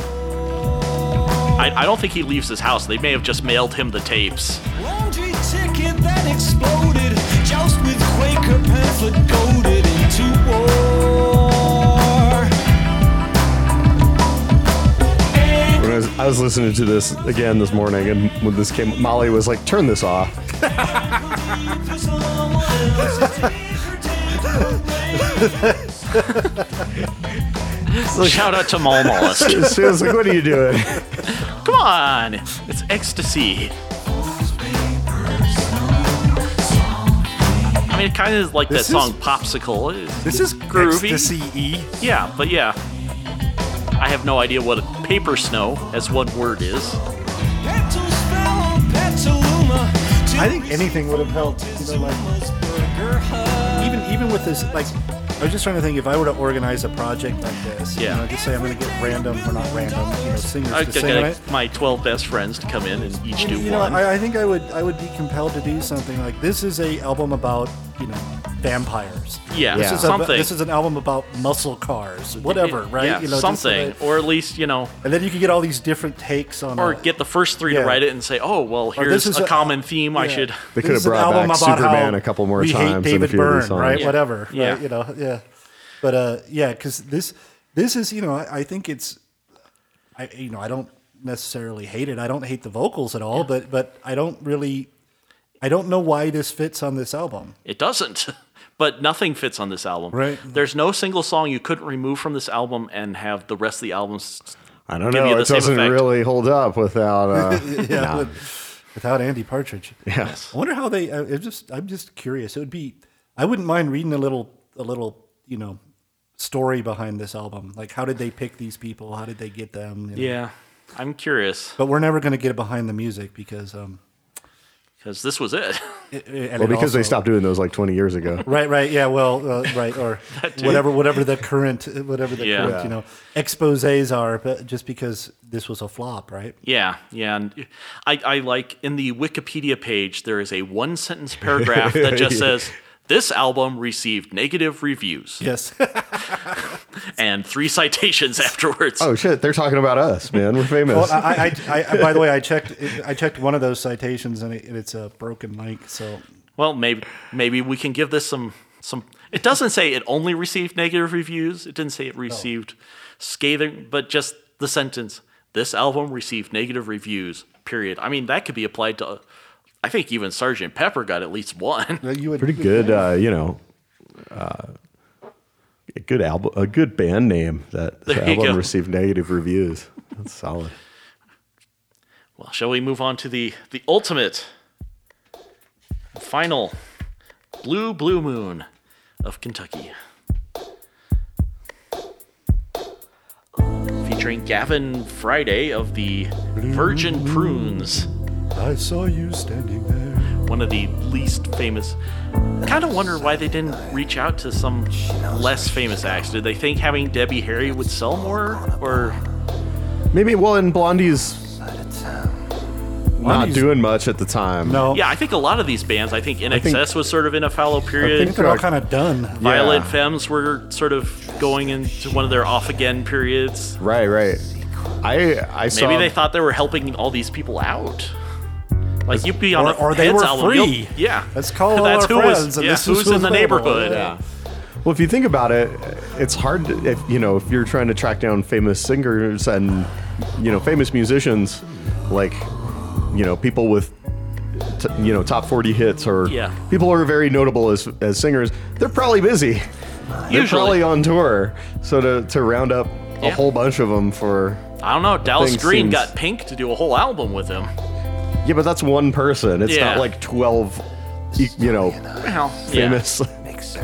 [SPEAKER 5] I, I don't think he leaves his house. They may have just mailed him the tapes.
[SPEAKER 2] Laundry ticket that exploded. Joust with Quaker pamphlet goaded into war. And
[SPEAKER 6] When I was, I was listening to this again this morning, and when this came, Molly was like, "Turn this off." <laughs>
[SPEAKER 2] for someone else's <laughs> paper towel
[SPEAKER 5] Shout out to Mall Mollusk.
[SPEAKER 6] She was like, "What are you doing?"
[SPEAKER 5] Come on, it's ecstasy. I mean, it kind of like
[SPEAKER 7] This
[SPEAKER 5] that song
[SPEAKER 7] is-
[SPEAKER 5] "Popsicle." It-
[SPEAKER 7] This is
[SPEAKER 5] Groovy.
[SPEAKER 7] Ecstasy E.
[SPEAKER 5] yeah, but yeah, I have no idea what a paper snow, as one word, is.
[SPEAKER 2] Petals fell on Petaluma. to
[SPEAKER 7] I think anything would have helped. You know, like
[SPEAKER 2] Rizoma's burger hut.
[SPEAKER 7] even even with this, like I was just trying to think if I were to organize a project like this.
[SPEAKER 5] Yeah.
[SPEAKER 7] You know, just say I'm going to get random or not random, you know, singers
[SPEAKER 5] I
[SPEAKER 7] to sing on
[SPEAKER 5] got
[SPEAKER 7] it.
[SPEAKER 5] my twelve best friends to come in and each do
[SPEAKER 7] You know,
[SPEAKER 5] one.
[SPEAKER 7] I, I think I would I would be compelled to do something like this is a album about you know vampires.
[SPEAKER 5] yeah,
[SPEAKER 7] This is a-
[SPEAKER 5] something.
[SPEAKER 7] this is an album about muscle cars, whatever, right?
[SPEAKER 5] Yeah,
[SPEAKER 7] you know, just so
[SPEAKER 5] something,
[SPEAKER 7] that-
[SPEAKER 5] or at least you know,
[SPEAKER 7] and then you can get all these different takes on.
[SPEAKER 5] or
[SPEAKER 7] a-
[SPEAKER 5] get the first three
[SPEAKER 7] yeah.
[SPEAKER 5] to write it and say, "Oh, well,
[SPEAKER 7] Or this
[SPEAKER 5] here's
[SPEAKER 7] is
[SPEAKER 5] a, common theme. I
[SPEAKER 7] yeah.
[SPEAKER 5] should."
[SPEAKER 6] They
[SPEAKER 7] This
[SPEAKER 6] could have
[SPEAKER 7] is an
[SPEAKER 6] brought
[SPEAKER 7] album
[SPEAKER 6] back
[SPEAKER 7] about
[SPEAKER 6] Superman
[SPEAKER 7] how
[SPEAKER 6] a couple more
[SPEAKER 7] we
[SPEAKER 6] times and
[SPEAKER 7] Hate
[SPEAKER 6] a
[SPEAKER 7] David
[SPEAKER 6] few of these
[SPEAKER 7] Byrne,
[SPEAKER 6] songs.
[SPEAKER 7] right?
[SPEAKER 5] Yeah.
[SPEAKER 7] Whatever.
[SPEAKER 5] Yeah.
[SPEAKER 7] Right? You know. Yeah. But uh, yeah, because this this is you know I, I think it's I you know I don't necessarily hate it. I don't hate the vocals at all, but but I don't really I don't know why this fits on this album.
[SPEAKER 5] It doesn't. <laughs> But nothing fits on this album.
[SPEAKER 7] Right.
[SPEAKER 5] There's no single song you couldn't remove from this album and have the rest of the album. s-
[SPEAKER 6] I don't
[SPEAKER 5] Give you
[SPEAKER 6] know.
[SPEAKER 5] the
[SPEAKER 6] It
[SPEAKER 5] same
[SPEAKER 6] doesn't
[SPEAKER 5] effect.
[SPEAKER 6] really hold up without. Uh,
[SPEAKER 7] <laughs> Yeah. with- without Andy Partridge.
[SPEAKER 6] yes.
[SPEAKER 7] I wonder how they. I, it just I'm just curious. It would be. I wouldn't mind reading a little a little you know story behind this album. Like, how did they pick these people? How did they get them? you know?
[SPEAKER 5] Yeah. I'm curious
[SPEAKER 7] But we're never going to get behind the music because, um,
[SPEAKER 5] because this was it. <laughs>
[SPEAKER 7] it, it- and
[SPEAKER 6] Well,
[SPEAKER 7] it
[SPEAKER 6] because they
[SPEAKER 7] also-
[SPEAKER 6] stopped doing those like 20 years
[SPEAKER 7] <laughs>
[SPEAKER 6] ago.
[SPEAKER 7] Right, right, yeah, well, uh,
[SPEAKER 5] <laughs>
[SPEAKER 7] right, or whatever, whatever the current, whatever the
[SPEAKER 5] Yeah.
[SPEAKER 7] current, you know, exposes are, but just because this was a flop, right?
[SPEAKER 5] Yeah, yeah. And I, I like in the Wikipedia page, there is a one
[SPEAKER 7] <laughs>
[SPEAKER 5] sentence paragraph that just says, This album received negative reviews
[SPEAKER 7] Yes, <laughs>
[SPEAKER 5] and three citations <laughs> afterwards.
[SPEAKER 6] Oh shit, they're talking about us, man. We're famous.
[SPEAKER 7] Well, I, I, I, I, by the way, I checked. I checked one of those citations, and it, it's a broken link. So
[SPEAKER 5] Well, maybe maybe we can give this some some. It doesn't say it only received negative reviews. It didn't say it received scathing, but just the sentence: "This album received negative reviews." Period. I mean, that could be applied to. I think even Sergeant Pepper got at least one.
[SPEAKER 7] you would
[SPEAKER 6] Pretty good, uh, you know. Uh, a good album, a good band name. That this
[SPEAKER 5] There you
[SPEAKER 6] album
[SPEAKER 5] go.
[SPEAKER 6] received negative reviews. That's solid.
[SPEAKER 5] Well, shall we move on to the the ultimate final blue blue moon of Kentucky, featuring Gavin Friday of the Virgin Prunes.
[SPEAKER 7] I saw you standing there.
[SPEAKER 5] one of the least famous. Kind of wonder why they didn't reach out to some less famous acts. Did they think having Debbie Harry would sell more, or
[SPEAKER 6] <laughs> Maybe well, and Blondie's not
[SPEAKER 7] Blondie's-
[SPEAKER 6] doing much at the time.
[SPEAKER 7] No,
[SPEAKER 5] yeah? I think a lot of these bands. I think NXS was sort of in a fallow
[SPEAKER 7] I think
[SPEAKER 5] period.
[SPEAKER 7] they're all kind of done.
[SPEAKER 5] Violent
[SPEAKER 6] Yeah.
[SPEAKER 5] Femmes were sort of going into one of their off again periods.
[SPEAKER 6] Right, right. I I saw.
[SPEAKER 5] Maybe they thought they were helping all these people out. Like you'd be on
[SPEAKER 7] Or-
[SPEAKER 5] a
[SPEAKER 7] or they
[SPEAKER 5] Pets
[SPEAKER 7] were
[SPEAKER 5] album, you'll-
[SPEAKER 7] free.
[SPEAKER 5] Yeah,
[SPEAKER 7] Let's call all
[SPEAKER 5] <laughs> That's
[SPEAKER 7] our
[SPEAKER 5] who was-
[SPEAKER 7] friends, and
[SPEAKER 5] yeah,
[SPEAKER 7] this is
[SPEAKER 5] who's
[SPEAKER 7] who's
[SPEAKER 5] in the
[SPEAKER 7] available.
[SPEAKER 5] neighborhood.
[SPEAKER 7] Yeah.
[SPEAKER 6] Well, if you think about it, it's hard to, if you know if you're trying to track down famous singers and you know famous musicians, like you know people with t- you know top forty hits or
[SPEAKER 5] Yeah.
[SPEAKER 6] people who are very notable as as singers. They're probably busy. They're
[SPEAKER 5] Usually.
[SPEAKER 6] probably on tour. So to to round up a
[SPEAKER 5] Yeah.
[SPEAKER 6] whole bunch of them for
[SPEAKER 5] I don't know. Dallas
[SPEAKER 6] Thing
[SPEAKER 5] Green
[SPEAKER 6] seems-
[SPEAKER 5] got Pink to do a whole album with him.
[SPEAKER 6] yeah, but that's one person. It's
[SPEAKER 5] Yeah.
[SPEAKER 6] not like twelve. e- You know,
[SPEAKER 5] Well, yeah.
[SPEAKER 6] famous. <laughs>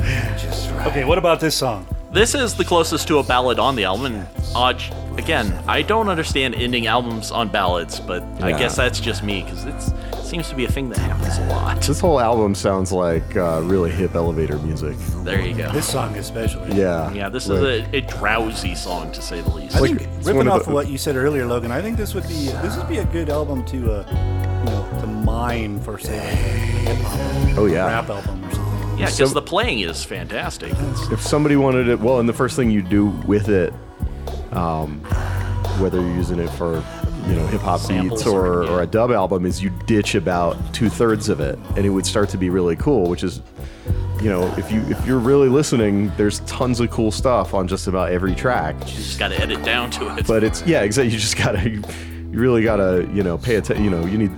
[SPEAKER 7] Okay, what about this song?
[SPEAKER 5] This is the closest to a ballad on the album, and odd, again, I don't understand ending albums on ballads, but I
[SPEAKER 6] Yeah.
[SPEAKER 5] guess that's just me because it seems to be a thing that happens a lot.
[SPEAKER 6] This whole album sounds like uh, really hip elevator music.
[SPEAKER 5] There you go.
[SPEAKER 7] This song especially.
[SPEAKER 6] Yeah.
[SPEAKER 5] Yeah, this
[SPEAKER 6] Like-
[SPEAKER 5] is a, a drowsy song to say the least.
[SPEAKER 7] I think
[SPEAKER 6] Like, it's
[SPEAKER 7] ripping
[SPEAKER 6] one of
[SPEAKER 7] off
[SPEAKER 6] the-
[SPEAKER 7] what you said earlier, Logan. I think this would be this would be a good album to uh, you know to mine for say like, a hip hop
[SPEAKER 6] Oh yeah.
[SPEAKER 7] rap album or something.
[SPEAKER 5] yeah, because
[SPEAKER 6] some-
[SPEAKER 5] the playing is fantastic. It's-
[SPEAKER 6] If somebody wanted it, well, and the first thing you do with it, um, whether you're using it for you know hip hop
[SPEAKER 5] Samples
[SPEAKER 6] beats or,
[SPEAKER 5] or-
[SPEAKER 6] or a dub album, is you ditch about two thirds of it, and it would start to be really cool. Which is, you know, if you if you're really listening, there's tons of cool stuff on just about every track.
[SPEAKER 5] you just got to edit down to it.
[SPEAKER 6] But it's yeah, exactly. <laughs> You just gotta, you really gotta, you know, pay attention. You know, you need,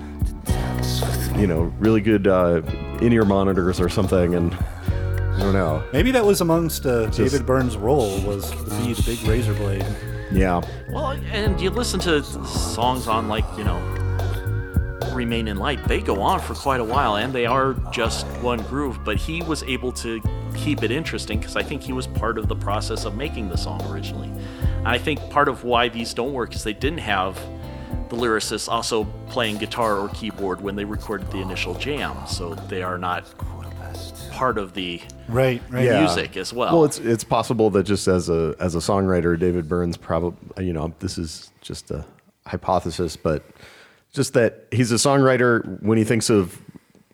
[SPEAKER 6] you know, really good uh, in-ear monitors or something, and I don't know.
[SPEAKER 7] Maybe that was amongst uh,
[SPEAKER 6] Just-
[SPEAKER 7] David Byrne's role was to be the big razor blade.
[SPEAKER 6] Yeah.
[SPEAKER 5] well, and you listen to songs on, like, you know, Remain in Light, they go on for quite a while, and they are just one groove, but he was able to keep it interesting because I think he was part of the process of making the song originally. And I think part of why these don't work is they didn't have the lyricist also playing guitar or keyboard when they recorded the initial jam, so they are not part of the
[SPEAKER 7] Right, right.
[SPEAKER 6] Yeah.
[SPEAKER 5] music as well.
[SPEAKER 6] Well, it's it's possible that just as a as a songwriter, David Burns probably you know this is just a hypothesis, but just that he's a songwriter when he thinks of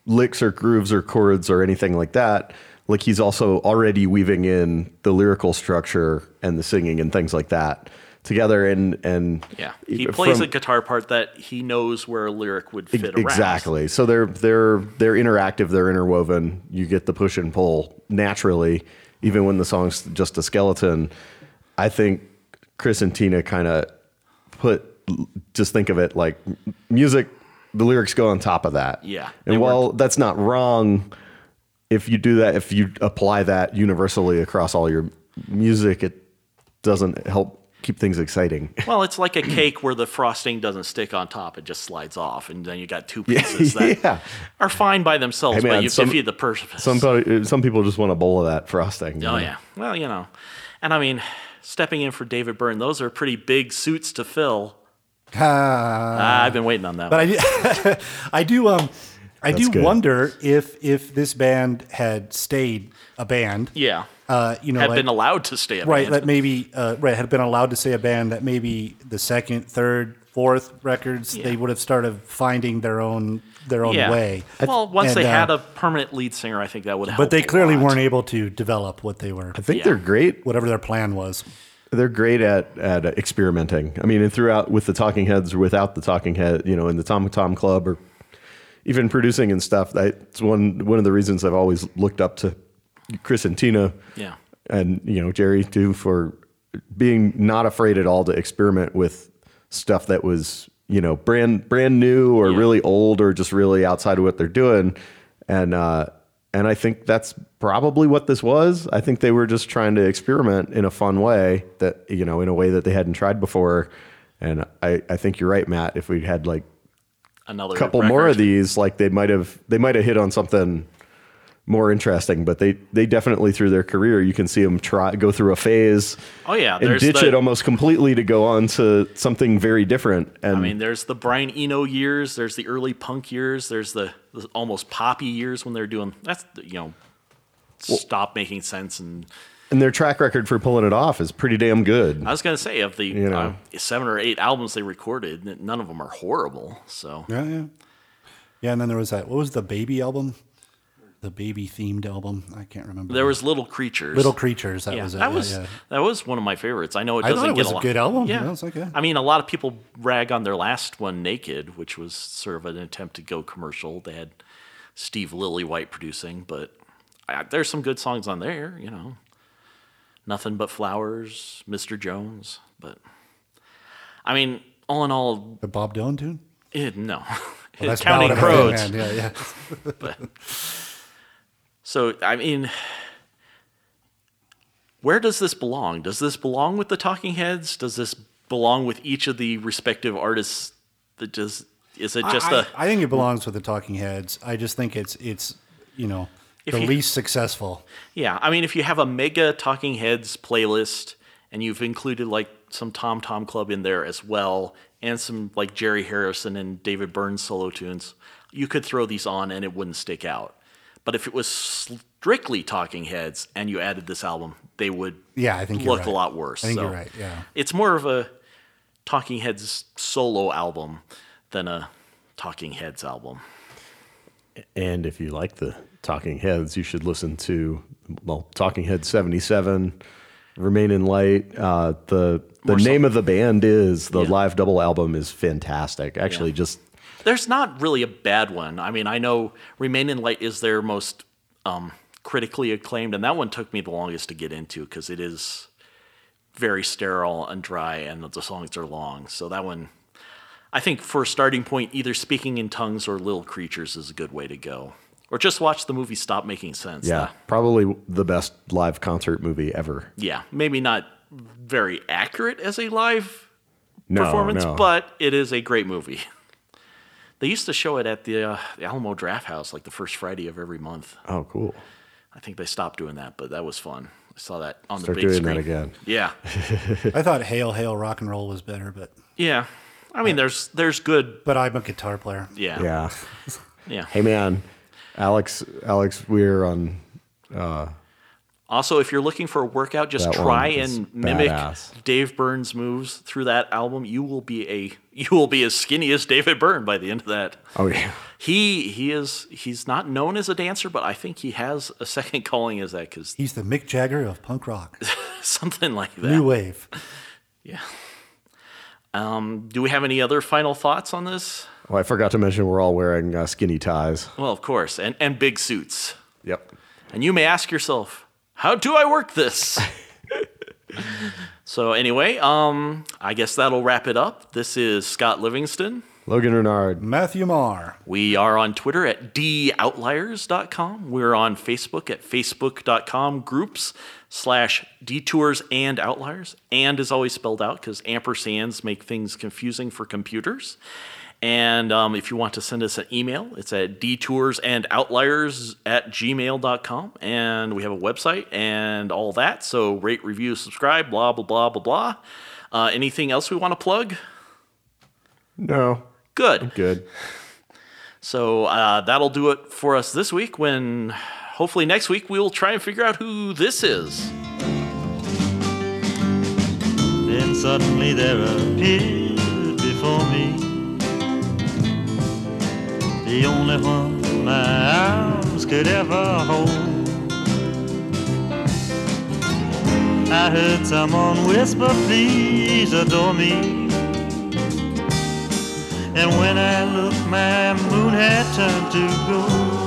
[SPEAKER 6] licks or grooves or chords or anything like that. Like he's also already weaving in the lyrical structure and the singing and things like that together. And and
[SPEAKER 5] yeah, he plays
[SPEAKER 6] from-
[SPEAKER 5] a guitar part that he knows where a lyric would fit
[SPEAKER 6] Ex-
[SPEAKER 5] around.
[SPEAKER 6] Exactly. So they're they're they're interactive. They're interwoven. You get the push and pull naturally, even when the song's just a skeleton. I think Chris and Tina kind of put just think of it like m- music. The lyrics go on top of that.
[SPEAKER 5] Yeah, they
[SPEAKER 6] And while that's not wrong, if you do that, if you apply that universally across all your music, it doesn't help keep things exciting.
[SPEAKER 5] Well, it's like a cake where the frosting doesn't stick on top; it just slides off, and then you got two pieces that
[SPEAKER 6] <laughs> yeah.
[SPEAKER 5] are fine by themselves,
[SPEAKER 6] Hey,
[SPEAKER 5] but
[SPEAKER 6] man,
[SPEAKER 5] you
[SPEAKER 6] some-
[SPEAKER 5] defeat the purpose.
[SPEAKER 6] Some, some people just want a bowl of that frosting.
[SPEAKER 5] oh yeah. Oh, Well, you know, And I mean, stepping in for David Byrne, those are pretty big suits to fill. I've been waiting on that.
[SPEAKER 7] But
[SPEAKER 5] one.
[SPEAKER 7] I do, I do, um, I
[SPEAKER 6] That's
[SPEAKER 7] do
[SPEAKER 6] good.
[SPEAKER 7] wonder if if this band had stayed a band,
[SPEAKER 5] yeah,
[SPEAKER 7] uh, you know,
[SPEAKER 5] have
[SPEAKER 7] like-
[SPEAKER 5] been allowed to stay. At
[SPEAKER 7] right?
[SPEAKER 5] band.
[SPEAKER 7] That maybe uh, right had been allowed to say a band that maybe the second, third, fourth records they would have started finding their own their own
[SPEAKER 5] yeah.
[SPEAKER 7] way.
[SPEAKER 5] Well, once
[SPEAKER 7] And,
[SPEAKER 5] they
[SPEAKER 7] uh,
[SPEAKER 5] had a permanent lead singer, I think that would help.
[SPEAKER 7] but they
[SPEAKER 5] a
[SPEAKER 7] clearly
[SPEAKER 5] lot.
[SPEAKER 7] weren't able to develop what they were,
[SPEAKER 6] I think
[SPEAKER 5] Yeah.
[SPEAKER 6] they're great.
[SPEAKER 7] whatever their plan was.
[SPEAKER 6] They're great at, at experimenting. I mean, and throughout with the Talking Heads, or without the Talking Head, you know, in the Tom Tom Club, or even producing and stuff. That's one one of the reasons I've always looked up to Chris and Tina.
[SPEAKER 5] Yeah.
[SPEAKER 6] and you know Jerry too for being not afraid at all to experiment with stuff that was you know brand brand new or really old or just really outside of what they're doing and uh and I think that's probably what this was. I think they were just trying to experiment in a fun way that you know in a way that they hadn't tried before and I I think you're right Matt if we had like
[SPEAKER 5] Another
[SPEAKER 6] couple more
[SPEAKER 5] record.
[SPEAKER 6] of these, like they might have they might have hit on something more interesting. But they they definitely through their career, you can see them try go through a phase.
[SPEAKER 5] Oh, yeah,
[SPEAKER 6] and
[SPEAKER 5] there's
[SPEAKER 6] ditch
[SPEAKER 5] the-
[SPEAKER 6] it almost completely to go on to something very different. And
[SPEAKER 5] I mean, there's the Brian Eno years, there's the early punk years, there's the, the almost poppy years when they're doing that's you know stop making sense and
[SPEAKER 6] and their track record for pulling it off is pretty damn good.
[SPEAKER 5] I was gonna say of the
[SPEAKER 6] know.
[SPEAKER 5] uh, seven or eight albums they recorded, n- none of them are horrible. So
[SPEAKER 7] Yeah, yeah, yeah. And then there was that. What was the baby album? The baby themed album. I can't remember.
[SPEAKER 5] there was Little Creatures.
[SPEAKER 7] Little Creatures. That
[SPEAKER 5] yeah,
[SPEAKER 7] was it.
[SPEAKER 5] that
[SPEAKER 7] yeah,
[SPEAKER 5] was
[SPEAKER 7] yeah.
[SPEAKER 5] that was one of my favorites. I know it
[SPEAKER 7] I
[SPEAKER 5] doesn't
[SPEAKER 7] thought it
[SPEAKER 5] get
[SPEAKER 7] was
[SPEAKER 5] a
[SPEAKER 7] a
[SPEAKER 5] lot.
[SPEAKER 7] good album.
[SPEAKER 5] Yeah,
[SPEAKER 7] Yeah, it's okay.
[SPEAKER 5] I mean, a lot of people rag on their last one, Naked, which was sort of an attempt to go commercial. They had Steve Lillywhite producing, but I, there's some good songs on there. You know, nothing but flowers, Mr. Jones. But I mean, all in all,
[SPEAKER 7] The Bob Dylan tune.
[SPEAKER 5] it, no. <laughs>
[SPEAKER 7] Well, that's
[SPEAKER 5] Counting
[SPEAKER 7] Ballad of a Dead
[SPEAKER 5] Crows.
[SPEAKER 7] Man, Yeah, yeah.
[SPEAKER 5] So, I mean, where does this belong? Does this belong with the Talking Heads? Does this belong with each of the respective artists? That does is it just
[SPEAKER 7] I,
[SPEAKER 5] a?
[SPEAKER 7] I- I think it belongs with the Talking Heads. I just think it's it's you know
[SPEAKER 5] If
[SPEAKER 7] the
[SPEAKER 5] you-
[SPEAKER 7] least successful.
[SPEAKER 5] yeah? I mean, if you have a mega Talking Heads playlist and you've included like some Tom Tom Club in there as well, and some like Jerry Harrison and David Byrne solo tunes, you could throw these on and it wouldn't stick out. But if it was strictly Talking Heads and you added this album, they would
[SPEAKER 7] Yeah, I think you're
[SPEAKER 5] look a
[SPEAKER 7] right.
[SPEAKER 5] lot worse.
[SPEAKER 7] I think
[SPEAKER 5] so.
[SPEAKER 7] you're right. Yeah.
[SPEAKER 5] it's more of a Talking Heads solo album than a Talking Heads album.
[SPEAKER 6] And if you like the Talking Heads, you should listen to well, Talking Heads '77, Remain in Light. Uh, the the name of the band is the live double album is fantastic. Actually, just
[SPEAKER 5] There's not really a bad one. I mean, I know Remain in Light is their most um, critically acclaimed, and that one took me the longest to get into because it is very sterile and dry, and the songs are long. So that one, I think, for a starting point, either speaking in tongues or little creatures is a good way to go. Or just watch the movie Stop Making Sense.
[SPEAKER 6] Yeah,
[SPEAKER 5] That-
[SPEAKER 6] probably the best live concert movie ever.
[SPEAKER 5] yeah, maybe not very accurate as a live
[SPEAKER 6] No,
[SPEAKER 5] performance,
[SPEAKER 6] no.
[SPEAKER 5] but it is a great movie. <laughs> They used to show it at the, uh, the Alamo Draft House like the first Friday of every month.
[SPEAKER 6] oh, cool.
[SPEAKER 5] I think they stopped doing that, but that was fun. I saw that on
[SPEAKER 6] Start
[SPEAKER 5] the big
[SPEAKER 6] doing
[SPEAKER 5] screen.
[SPEAKER 6] that again.
[SPEAKER 5] <laughs> Yeah,
[SPEAKER 7] I thought Hail Hail Rock and Roll was better, but
[SPEAKER 5] yeah. I mean, there's there's good.
[SPEAKER 7] but I'm a guitar player.
[SPEAKER 5] Yeah, yeah.
[SPEAKER 6] Yeah. Hey, man, Alex, Alex, we're on
[SPEAKER 5] Also, if you're looking for a workout, just
[SPEAKER 6] That one
[SPEAKER 5] try
[SPEAKER 6] is
[SPEAKER 5] and mimic
[SPEAKER 6] badass.
[SPEAKER 5] Dave Burns' moves through that album. You will be a <laughs> you will be as skinny as David Byrne by the end of that.
[SPEAKER 6] oh yeah,
[SPEAKER 5] He he is he's not known as a dancer, but I think he has a second <laughs> calling as that because
[SPEAKER 7] He's the Mick Jagger of punk rock,
[SPEAKER 5] <laughs> something like that.
[SPEAKER 7] new wave.
[SPEAKER 5] Um, Do we have any other final thoughts on this?
[SPEAKER 6] Oh, I forgot to mention we're all wearing uh, skinny ties.
[SPEAKER 5] Well, of course, and, and big suits.
[SPEAKER 6] Yep.
[SPEAKER 5] And you may ask yourself, how do I work this? so anyway, um, I guess that'll wrap it up. This is Scott Livingston.
[SPEAKER 6] Logan Renard.
[SPEAKER 7] Matthew Marr.
[SPEAKER 5] We are on Twitter at doutliers.com. We're on Facebook at facebook.com groups slash detours and outliers. And is always spelled out because ampersands make things confusing for computers. And um, if you want to send us an email, it's at detoursandoutliers at gmail.com. And we have a website and all that. So rate, review, subscribe, blah, blah, blah, blah, blah. Uh, anything else we want to plug?
[SPEAKER 6] No,
[SPEAKER 5] Good.
[SPEAKER 6] good.
[SPEAKER 5] So uh, that'll do it for us this week. When hopefully next week we will try and figure out who this is.
[SPEAKER 4] Then suddenly there appeared before me the only one my arms could ever hold. I heard someone whisper, please adore me. And when I looked, my moon had turned to gold.